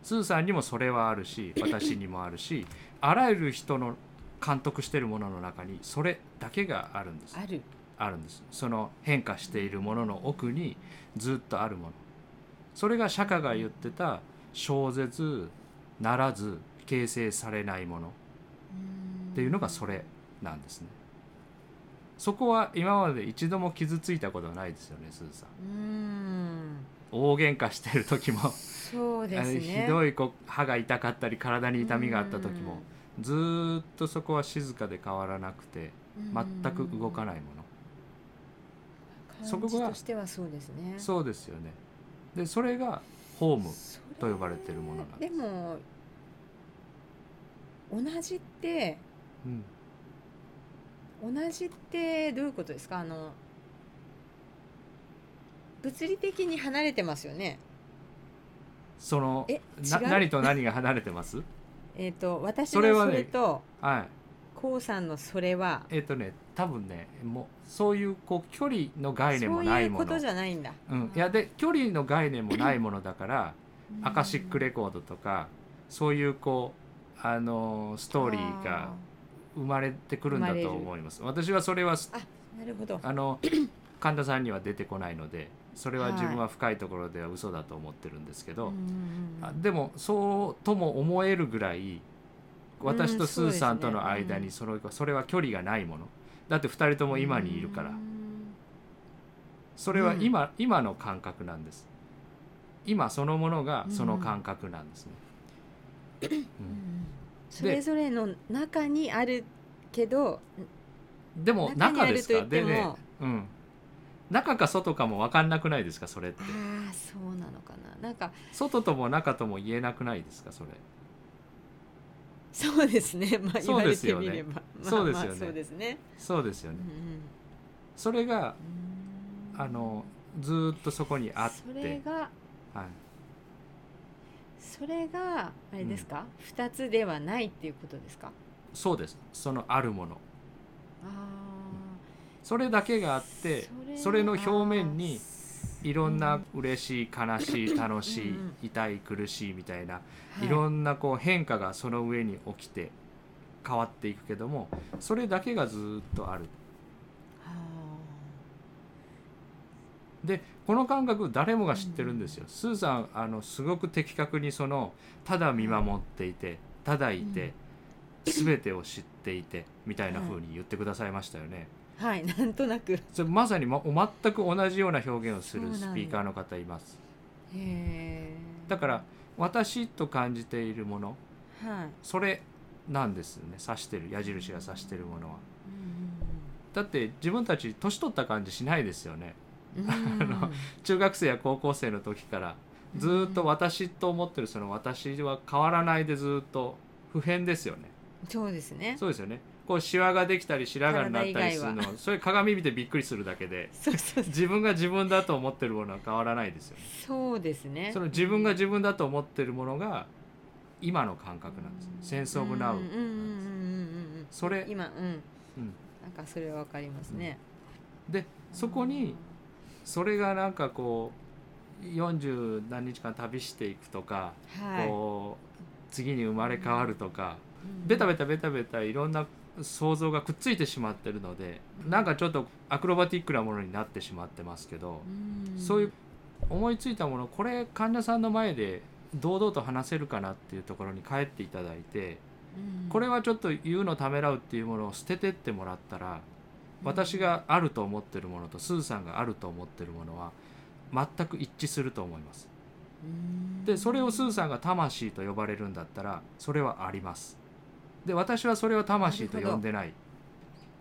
[SPEAKER 2] スーさんにもそれはあ
[SPEAKER 1] [LAUGHS]
[SPEAKER 2] るし私にもあるしあらゆる人の監督してるものの中にそれだけがあるんです
[SPEAKER 1] ある
[SPEAKER 2] あるんですその変化しているものの奥にずっとあるものそれが釈迦が言ってた小絶ならず形成されないものっていうのがそれなんですねそこは今まで一度も傷ついたことないですよねすずさ
[SPEAKER 1] う
[SPEAKER 2] ん
[SPEAKER 1] ん
[SPEAKER 2] 大喧嘩してる時も、
[SPEAKER 1] そうですね
[SPEAKER 2] ひどいこう歯が痛かったり体に痛みがあった時もずーっとそこは静かで変わらなくて全く動か
[SPEAKER 1] い
[SPEAKER 2] ないもの
[SPEAKER 1] そ
[SPEAKER 2] そ
[SPEAKER 1] こ
[SPEAKER 2] こが
[SPEAKER 1] がとしてはそうですね
[SPEAKER 2] そうですよねでそれがホーム
[SPEAKER 1] それ
[SPEAKER 2] と呼ばれてるものなんで
[SPEAKER 1] で
[SPEAKER 2] す
[SPEAKER 1] も同じって
[SPEAKER 2] うん
[SPEAKER 1] 同じってどういうことですかあの物理的に離れてますよね
[SPEAKER 2] その
[SPEAKER 1] え
[SPEAKER 2] な
[SPEAKER 1] 違う
[SPEAKER 2] 何と何が離れてます
[SPEAKER 1] [LAUGHS] えっ、と私
[SPEAKER 2] それ
[SPEAKER 1] の
[SPEAKER 2] は
[SPEAKER 1] そ
[SPEAKER 2] ね
[SPEAKER 1] れと
[SPEAKER 2] はい
[SPEAKER 1] こうさんのそれは
[SPEAKER 2] えっ、とね多分ねもうそういうこう距離の概念
[SPEAKER 1] そ
[SPEAKER 2] も
[SPEAKER 1] う
[SPEAKER 2] ないいうも
[SPEAKER 1] こ
[SPEAKER 2] の
[SPEAKER 1] とじゃないんだ
[SPEAKER 2] うん、いやで距離の概念もないもの
[SPEAKER 1] [CLEARS THROAT]
[SPEAKER 2] だからアカシックレコードとかそういうこうあのーストーリーが生まれてくるんだ
[SPEAKER 1] 生
[SPEAKER 2] と
[SPEAKER 1] まれる
[SPEAKER 2] 思います私はそれはす
[SPEAKER 1] あーなるほど [CLEARS THROAT]
[SPEAKER 2] あの神田さんには出てこないのでそれは自分は深いところでは嘘だと思ってるんですけど、
[SPEAKER 1] うんうんうん
[SPEAKER 2] あでもそうとも思えるぐらい私とスーさんとの間
[SPEAKER 1] うん
[SPEAKER 2] にそ,、のそれは距離がないものだって2人とも今にいるから、
[SPEAKER 1] うん
[SPEAKER 2] それは今,、今の感覚なんです今そのものがその感覚なんですね、
[SPEAKER 1] うん
[SPEAKER 2] う
[SPEAKER 1] うんそれぞれの中にあるけど
[SPEAKER 2] んでも
[SPEAKER 1] 中に
[SPEAKER 2] 中
[SPEAKER 1] ある
[SPEAKER 2] です
[SPEAKER 1] と言
[SPEAKER 2] か
[SPEAKER 1] って
[SPEAKER 2] で
[SPEAKER 1] も、
[SPEAKER 2] ね、うん、中か外かも分かんなくないですかそれって
[SPEAKER 1] ああそうなのかななんか
[SPEAKER 2] 外とも中とも言えなくないですかそれ
[SPEAKER 1] そうですね [LAUGHS] まあ言
[SPEAKER 2] そ
[SPEAKER 1] わ
[SPEAKER 2] う
[SPEAKER 1] れ
[SPEAKER 2] です
[SPEAKER 1] て
[SPEAKER 2] よ
[SPEAKER 1] み
[SPEAKER 2] ね
[SPEAKER 1] れば、
[SPEAKER 2] そうですよね
[SPEAKER 1] まあまあそうですね、
[SPEAKER 2] そうですよ
[SPEAKER 1] う
[SPEAKER 2] ね
[SPEAKER 1] んうん
[SPEAKER 2] それが
[SPEAKER 1] うん
[SPEAKER 2] あのずーっとそこにあって
[SPEAKER 1] それが
[SPEAKER 2] はい、
[SPEAKER 1] それがあれですか、二つではないっていうことですか
[SPEAKER 2] そうですそのあるもの
[SPEAKER 1] あ
[SPEAKER 2] それだけがあっ
[SPEAKER 1] あ
[SPEAKER 2] てそれの表面にいろんな嬉しい悲しい楽し
[SPEAKER 1] う
[SPEAKER 2] い
[SPEAKER 1] んうん
[SPEAKER 2] 痛い苦しいみたいな、い、
[SPEAKER 1] ん
[SPEAKER 2] ろんなこう変化がその上に起きて変わっていくけどもそれだけがずっとある
[SPEAKER 1] あー
[SPEAKER 2] でこの感覚誰もが知ってるんですよ、スーさんあのすごく的確にそのただ見守っていてただいて、全てを知っていてみたいな風に言ってくださいましたよね、
[SPEAKER 1] はいなんとなくへ
[SPEAKER 2] それまさにま全く同じような表現をする
[SPEAKER 1] そう
[SPEAKER 2] ス
[SPEAKER 1] なんだ
[SPEAKER 2] ピーカーの方います
[SPEAKER 1] え
[SPEAKER 2] だから私と感じているもの
[SPEAKER 1] はい、
[SPEAKER 2] それなんですね指してる矢印が指してるものはだって自分たち年取った感じしないですよね
[SPEAKER 1] うんうんうん、うん
[SPEAKER 2] の中学生や高校生の時からずーっと私と思ってるその私は変わらないでずーっと不変ですよね
[SPEAKER 1] そうですね
[SPEAKER 2] そうですよねこうシワができたり白髪になったりする
[SPEAKER 1] 体以
[SPEAKER 2] の [LAUGHS] それ鏡見てびっくりするだけで
[SPEAKER 1] そうそうそう
[SPEAKER 2] 自分が自分だと思ってるものは変わらないですよね
[SPEAKER 1] そうですね
[SPEAKER 2] その自分が自分だと思ってるものが今の感覚なんですセンスオブナ
[SPEAKER 1] う
[SPEAKER 2] ウ
[SPEAKER 1] んうんうんうん
[SPEAKER 2] そ
[SPEAKER 1] うん
[SPEAKER 2] れ
[SPEAKER 1] 今うん、
[SPEAKER 2] うん
[SPEAKER 1] なんかそれはわかりますね、
[SPEAKER 2] でそこにそれがなんかこう40何日間旅していくとか、
[SPEAKER 1] は
[SPEAKER 2] こう次に生まれ変わるとか、
[SPEAKER 1] い
[SPEAKER 2] ベタベタベタベタいろんな想像がくっついてしまってるのでなんかちょっとアクロバティックなものになってしまってますけど、
[SPEAKER 1] うん
[SPEAKER 2] そういう思いついたものこれ患者さんの前で堂々と話せるかなっていうところに帰っていただいて
[SPEAKER 1] うん
[SPEAKER 2] これはちょっと言うのためらうっていうものを捨ててってもらったら私があると思ってるものとスーさんがあると思ってるものは全く一致すると思います。
[SPEAKER 1] うん
[SPEAKER 2] でそれをスーさんが魂と呼ばれるんだったらそれはあります。で私はそれを魂と呼んでない。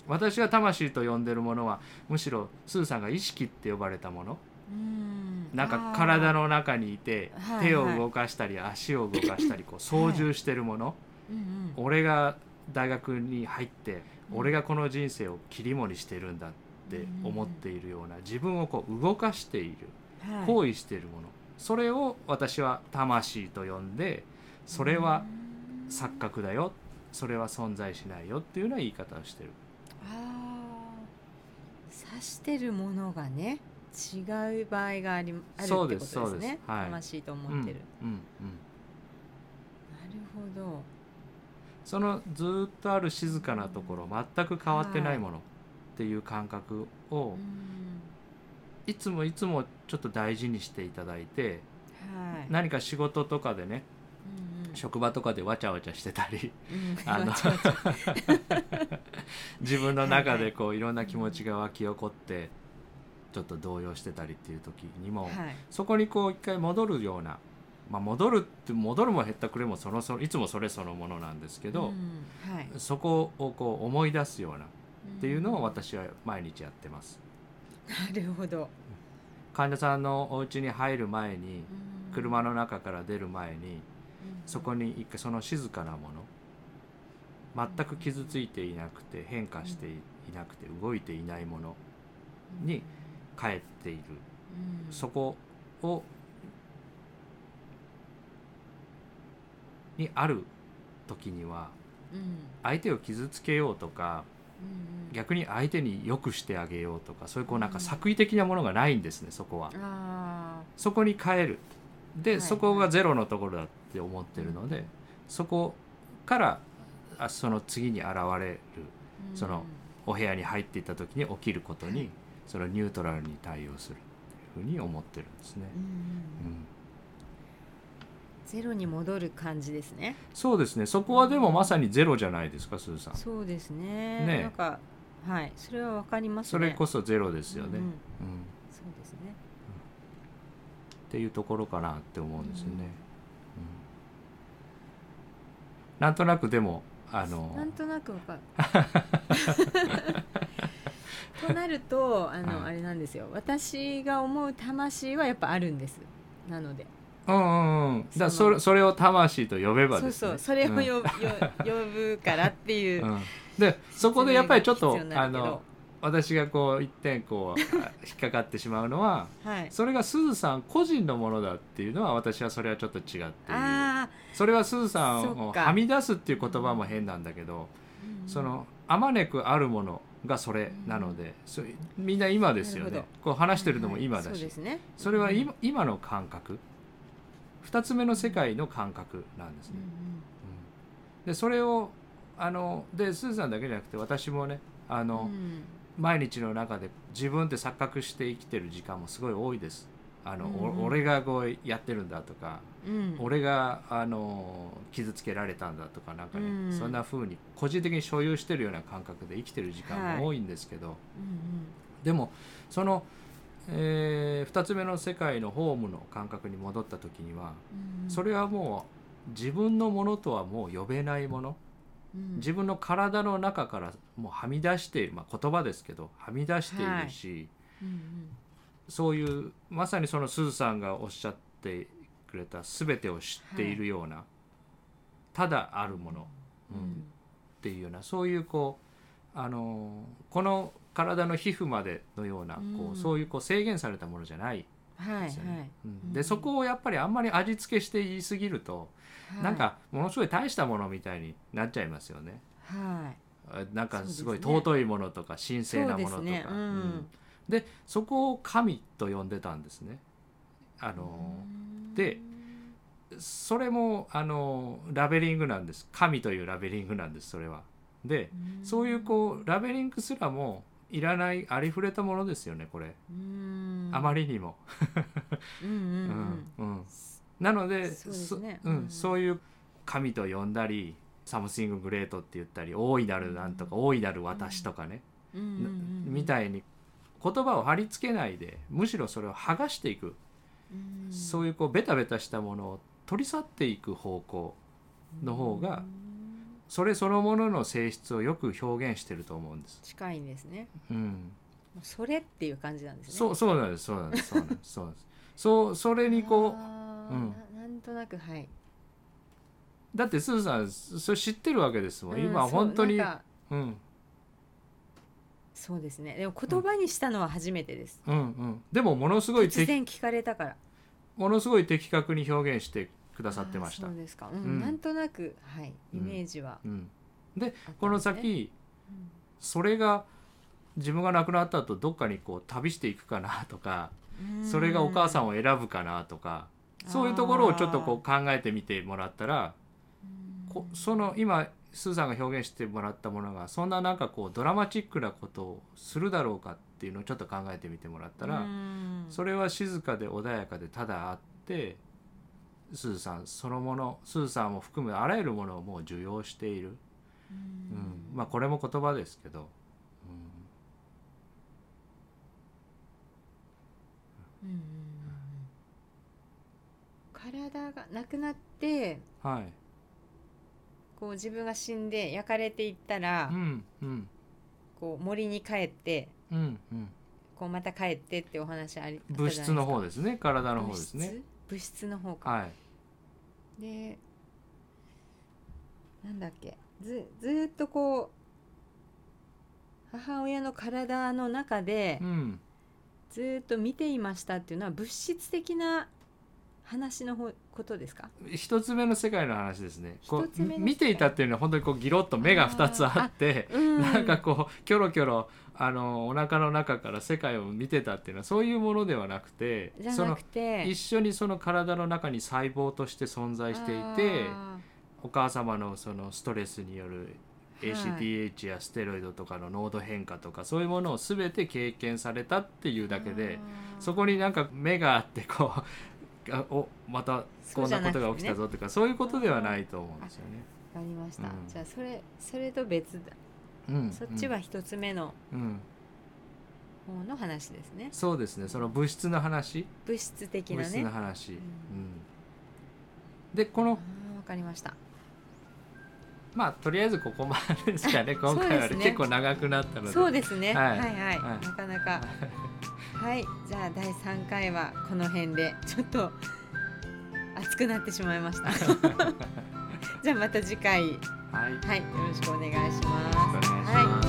[SPEAKER 2] 私が魂と呼んでるものはむしろスーさんが意識って呼ばれたもの
[SPEAKER 1] うん
[SPEAKER 2] なんか
[SPEAKER 1] あー
[SPEAKER 2] 体の中にいて
[SPEAKER 1] はい
[SPEAKER 2] 手を動かしたり足を動かしたりこう操縦してるもの、
[SPEAKER 1] うんうん
[SPEAKER 2] 俺が大学に入って
[SPEAKER 1] うん
[SPEAKER 2] 俺がこの人生を切り盛りしてるんだって思っているような自分をこう動かしている
[SPEAKER 1] はい
[SPEAKER 2] 行為しているものそれを私は魂と呼んでそれは
[SPEAKER 1] うん
[SPEAKER 2] 錯覚だよそれは存在しないよっていうような言い方をしてる
[SPEAKER 1] あー指してるものがね違う場合がありあるって
[SPEAKER 2] そ
[SPEAKER 1] こと
[SPEAKER 2] う
[SPEAKER 1] で
[SPEAKER 2] です
[SPEAKER 1] すね
[SPEAKER 2] そうですはい
[SPEAKER 1] 魂と思ってる、
[SPEAKER 2] うんうんうん、
[SPEAKER 1] なるほど
[SPEAKER 2] そのずーっとある静かなところ全く変わってないものっていう感覚を
[SPEAKER 1] うん
[SPEAKER 2] いつもいつもちょっと大事にしていただいて
[SPEAKER 1] はい
[SPEAKER 2] 何か仕事とかでね
[SPEAKER 1] うんうん
[SPEAKER 2] 職場とかでわちゃわちゃしてたり
[SPEAKER 1] うん [LAUGHS]
[SPEAKER 2] あの
[SPEAKER 1] わちゃわちゃ
[SPEAKER 2] 自分の中でこういろんな気持ちが湧き起こってちょっと動揺してたりっていう時にも、
[SPEAKER 1] はい
[SPEAKER 2] そこにこう一回戻るような、まあ、戻るって戻るも減ったくれもそのそのいつもそれそのものなんですけど、
[SPEAKER 1] うんはい、っ
[SPEAKER 2] そこをこう思い出すようなっていうのを
[SPEAKER 1] な
[SPEAKER 2] 私は毎日やってます。
[SPEAKER 1] るほど
[SPEAKER 2] 患者さんのお家に入る前に
[SPEAKER 1] うん
[SPEAKER 2] 車の中から出る前にそこに一回その静かなもの全く傷ついていなくて変化していなくて動いていないものに帰っている
[SPEAKER 1] うん
[SPEAKER 2] そこをにある時には
[SPEAKER 1] うん
[SPEAKER 2] 相手を傷つけようとか
[SPEAKER 1] うんうん
[SPEAKER 2] 逆に相手に良くしてあげようとかそういうこうなんか作為的なものがないんですねそこは。
[SPEAKER 1] あ
[SPEAKER 2] そこに変えるで、
[SPEAKER 1] はい
[SPEAKER 2] そこがゼロのところだって思ってるので、
[SPEAKER 1] うん
[SPEAKER 2] そこからあその次に現れる
[SPEAKER 1] ー
[SPEAKER 2] そのお部屋に入っていった時に起きることに、
[SPEAKER 1] はい
[SPEAKER 2] そのニュートラルに対応するっていうふうに思ってるんですね。
[SPEAKER 1] うんうん
[SPEAKER 2] うん
[SPEAKER 1] ゼロに戻る感じですね
[SPEAKER 2] そうですねそこはでもまさにゼロじゃないですかすずさん
[SPEAKER 1] そうですね
[SPEAKER 2] ね
[SPEAKER 1] なんかはいそれはわかりますね
[SPEAKER 2] それこ
[SPEAKER 1] そ
[SPEAKER 2] そゼロですよね、
[SPEAKER 1] う
[SPEAKER 2] うん
[SPEAKER 1] うん
[SPEAKER 2] っ
[SPEAKER 1] そうですね
[SPEAKER 2] ていうところかなって思うんですよね、うんなんとなくでもあの
[SPEAKER 1] なんとなくわかる
[SPEAKER 2] [LAUGHS]
[SPEAKER 1] となるとあの、
[SPEAKER 2] はい
[SPEAKER 1] あれなんですよ私が思う魂はやっぱあるんですなので
[SPEAKER 2] うんうんうん、だから
[SPEAKER 1] そ
[SPEAKER 2] そ
[SPEAKER 1] の
[SPEAKER 2] れそれを魂と呼べば
[SPEAKER 1] そ
[SPEAKER 2] で
[SPEAKER 1] う
[SPEAKER 2] す、ね、
[SPEAKER 1] そうそれを
[SPEAKER 2] うん
[SPEAKER 1] よ、よ呼ぶからっていう、
[SPEAKER 2] うんでそこでやっぱりちょっと
[SPEAKER 1] 説明が
[SPEAKER 2] あ
[SPEAKER 1] 必要になる
[SPEAKER 2] の私がこう一点こうあ引っかかってしまうのは
[SPEAKER 1] けどはい
[SPEAKER 2] それがすずさん個人のものだっていうのは私はそれはちょっと違っている
[SPEAKER 1] ああ
[SPEAKER 2] それはすずさん
[SPEAKER 1] そ
[SPEAKER 2] を
[SPEAKER 1] っか
[SPEAKER 2] はみ出すっていう言葉も変なんだけどそのあまねくあるものがそれなので、そうみんな今です
[SPEAKER 1] な
[SPEAKER 2] よ
[SPEAKER 1] る
[SPEAKER 2] ね
[SPEAKER 1] ほ
[SPEAKER 2] こう話してるのも今だし、
[SPEAKER 1] はいはいそうですね
[SPEAKER 2] それは今,、今の感覚2つ目の世界の感覚なんです
[SPEAKER 1] う
[SPEAKER 2] ね。
[SPEAKER 1] んうん
[SPEAKER 2] うんでそれをあのでスーさんだけじゃなくて私もねあ
[SPEAKER 1] う
[SPEAKER 2] の、
[SPEAKER 1] ん
[SPEAKER 2] 毎日の中で自分って錯覚して生きてる時間もすごい多いです。あのお
[SPEAKER 1] うんうん
[SPEAKER 2] 俺がこうやってるんだとか、
[SPEAKER 1] うん
[SPEAKER 2] 俺があの傷つけられたんだとかなんかね、
[SPEAKER 1] うん
[SPEAKER 2] そんな風に個人的に所有してるような感覚で生きてる時間も多いんですけど、
[SPEAKER 1] うん
[SPEAKER 2] でもその、え2つ目の世界のホームの感覚に戻った時には、
[SPEAKER 1] うんうん
[SPEAKER 2] それはもう自分のものとはもう呼べないもの、
[SPEAKER 1] うん
[SPEAKER 2] 自分の体の中からもうはみ出している、まあ、言葉ですけどはみ出しているし、
[SPEAKER 1] うん
[SPEAKER 2] そういうまさにそのすずさんがおっしゃってくれた全てを知っているような、ただあるもの、
[SPEAKER 1] う
[SPEAKER 2] うん
[SPEAKER 1] ん
[SPEAKER 2] っていうようなそういうこう、あのーこの体の皮膚までのようなこう、
[SPEAKER 1] うん
[SPEAKER 2] そういうこう制限されたものじゃない
[SPEAKER 1] はいはい
[SPEAKER 2] ですよね。うん
[SPEAKER 1] うん
[SPEAKER 2] でそこをやっぱりあんまり味付けして言い過ぎると、
[SPEAKER 1] はい
[SPEAKER 2] なんかものすごい大したものみたいになっちゃいますよね。
[SPEAKER 1] は
[SPEAKER 2] あなんかすごい
[SPEAKER 1] そうですね
[SPEAKER 2] 尊いものとか神聖なものと
[SPEAKER 1] そ
[SPEAKER 2] か
[SPEAKER 1] うですねうん
[SPEAKER 2] でそこを神と呼んでたんですね。あ
[SPEAKER 1] い
[SPEAKER 2] のでそれもあのラベリングなんです神というラベリングなんですそれは。でそういうこうラベリングすらもいらないありふれたものですよねこれ
[SPEAKER 1] うん
[SPEAKER 2] あまりにも。
[SPEAKER 1] うんうんう
[SPEAKER 2] う
[SPEAKER 1] ん
[SPEAKER 2] んうんなので
[SPEAKER 1] そうですね
[SPEAKER 2] そ
[SPEAKER 1] うん
[SPEAKER 2] う
[SPEAKER 1] うん
[SPEAKER 2] んそういう神と呼んだり「サムシンググレート」って言ったり「大いなるなんとか大いなる私」とかね
[SPEAKER 1] うんうんうん
[SPEAKER 2] みたいに言葉を貼り付けないでむしろそれを剥がしていく、
[SPEAKER 1] うん
[SPEAKER 2] そういうこうベタベタしたものを取り去っていく方向の方
[SPEAKER 1] う
[SPEAKER 2] が
[SPEAKER 1] ん
[SPEAKER 2] それそのものの性質をよく表現してると思うんです。
[SPEAKER 1] 近いんですね
[SPEAKER 2] うん、
[SPEAKER 1] もうそれっていう感じなんですね
[SPEAKER 2] そうそうなんですそうなんですそうなんですそうなんですそうそれにこう
[SPEAKER 1] あー
[SPEAKER 2] うん
[SPEAKER 1] ななんとなくはい
[SPEAKER 2] だってすずさんそれ知ってるわけですもん、
[SPEAKER 1] うん
[SPEAKER 2] 今
[SPEAKER 1] そう
[SPEAKER 2] 本当に
[SPEAKER 1] なんか
[SPEAKER 2] うん
[SPEAKER 1] そうですねでも言葉にしたのは初めてです
[SPEAKER 2] うんうんでもものすごい
[SPEAKER 1] 突
[SPEAKER 2] て
[SPEAKER 1] 然聞かれたから
[SPEAKER 2] ものすごい的確に表現してくださってまし
[SPEAKER 1] あ
[SPEAKER 2] た
[SPEAKER 1] ーそうですかうん
[SPEAKER 2] うん
[SPEAKER 1] なんとなくはいイメージは
[SPEAKER 2] うん、
[SPEAKER 1] あったんですね
[SPEAKER 2] この先
[SPEAKER 1] うん
[SPEAKER 2] それが自分が亡くなった後どっかにこう旅していくかなとかそれがお母さんを選ぶかなとかそういうところをちょっとこう考えてみてもらったら
[SPEAKER 1] うん
[SPEAKER 2] こその今スーさんが表現してもらったものがそんななんかこうドラマチックなことをするだろうかっていうのをちょっと考えてみてもらったら、
[SPEAKER 1] うん
[SPEAKER 2] それは静かで穏やかでただあってスーさんそのものスーさんも含むあらゆるものをもう受容している、
[SPEAKER 1] う
[SPEAKER 2] うん
[SPEAKER 1] ん
[SPEAKER 2] まあこれも言葉ですけど、
[SPEAKER 1] うんうんうん体がなくなって
[SPEAKER 2] うん、はい、
[SPEAKER 1] こう自分が死んで焼かれていったら、
[SPEAKER 2] うんうん
[SPEAKER 1] こう森に帰って
[SPEAKER 2] うんうん、
[SPEAKER 1] こうまた帰ってってお話あり
[SPEAKER 2] 物質の方
[SPEAKER 1] で
[SPEAKER 2] ですね体
[SPEAKER 1] す
[SPEAKER 2] の方ですね
[SPEAKER 1] 物質物質の方か、
[SPEAKER 2] はい
[SPEAKER 1] でなんだっけずずーっとこう母親の体の中で
[SPEAKER 2] うん
[SPEAKER 1] ずーっと見ていましたっていうのは物質的な話の方ことですか
[SPEAKER 2] 一つ目の世界の話ですねこ
[SPEAKER 1] 一つ目の世
[SPEAKER 2] う
[SPEAKER 1] 界
[SPEAKER 2] 見ていたっていうのは本当にこうギロッと目が2つあって
[SPEAKER 1] うん
[SPEAKER 2] なんかこうキョロキョロあのお腹の中から世界を見てたっていうのはそういうものではなくて
[SPEAKER 1] じゃ
[SPEAKER 2] そ
[SPEAKER 1] な
[SPEAKER 2] の
[SPEAKER 1] くて
[SPEAKER 2] 一緒にその体の中に細胞として存在していて
[SPEAKER 1] あ
[SPEAKER 2] お母様のそのストレスによる
[SPEAKER 1] ーはい
[SPEAKER 2] ACTH やステロイドとかの濃度変化とかそういうものを全て経験されたっていうだけで
[SPEAKER 1] あー
[SPEAKER 2] そこになんか目があってこう [LAUGHS] あおまた
[SPEAKER 1] そ
[SPEAKER 2] こ
[SPEAKER 1] うんじゃ
[SPEAKER 2] な
[SPEAKER 1] なくて
[SPEAKER 2] こと
[SPEAKER 1] ね
[SPEAKER 2] が起きたぞとかそういうことではないと思うんですよね。
[SPEAKER 1] わかりました、
[SPEAKER 2] うん
[SPEAKER 1] じゃあそれそれと別だ、
[SPEAKER 2] うん
[SPEAKER 1] そっちは、一つ目の
[SPEAKER 2] うんうん
[SPEAKER 1] 方の話ですね
[SPEAKER 2] そうですねその物質の話
[SPEAKER 1] 物質的
[SPEAKER 2] 物
[SPEAKER 1] な
[SPEAKER 2] 質
[SPEAKER 1] ね
[SPEAKER 2] の
[SPEAKER 1] あ
[SPEAKER 2] 話、うん
[SPEAKER 1] ん
[SPEAKER 2] でこの
[SPEAKER 1] ーわかりました
[SPEAKER 2] まあとりあえずここまでですかね今回
[SPEAKER 1] [LAUGHS]
[SPEAKER 2] は
[SPEAKER 1] そうです
[SPEAKER 2] ね
[SPEAKER 1] ね
[SPEAKER 2] 結構長くなったので
[SPEAKER 1] そうですね、
[SPEAKER 2] は
[SPEAKER 1] はいい、はいはい
[SPEAKER 2] はい
[SPEAKER 1] なかなかはいじゃあ第三回はこの辺でちょっと熱くなってしまいま
[SPEAKER 2] [LAUGHS]
[SPEAKER 1] したじゃあまた次回はい
[SPEAKER 2] [LAUGHS] はい、よ
[SPEAKER 1] よろしくお願いします
[SPEAKER 2] ろしくお願いします。
[SPEAKER 1] はい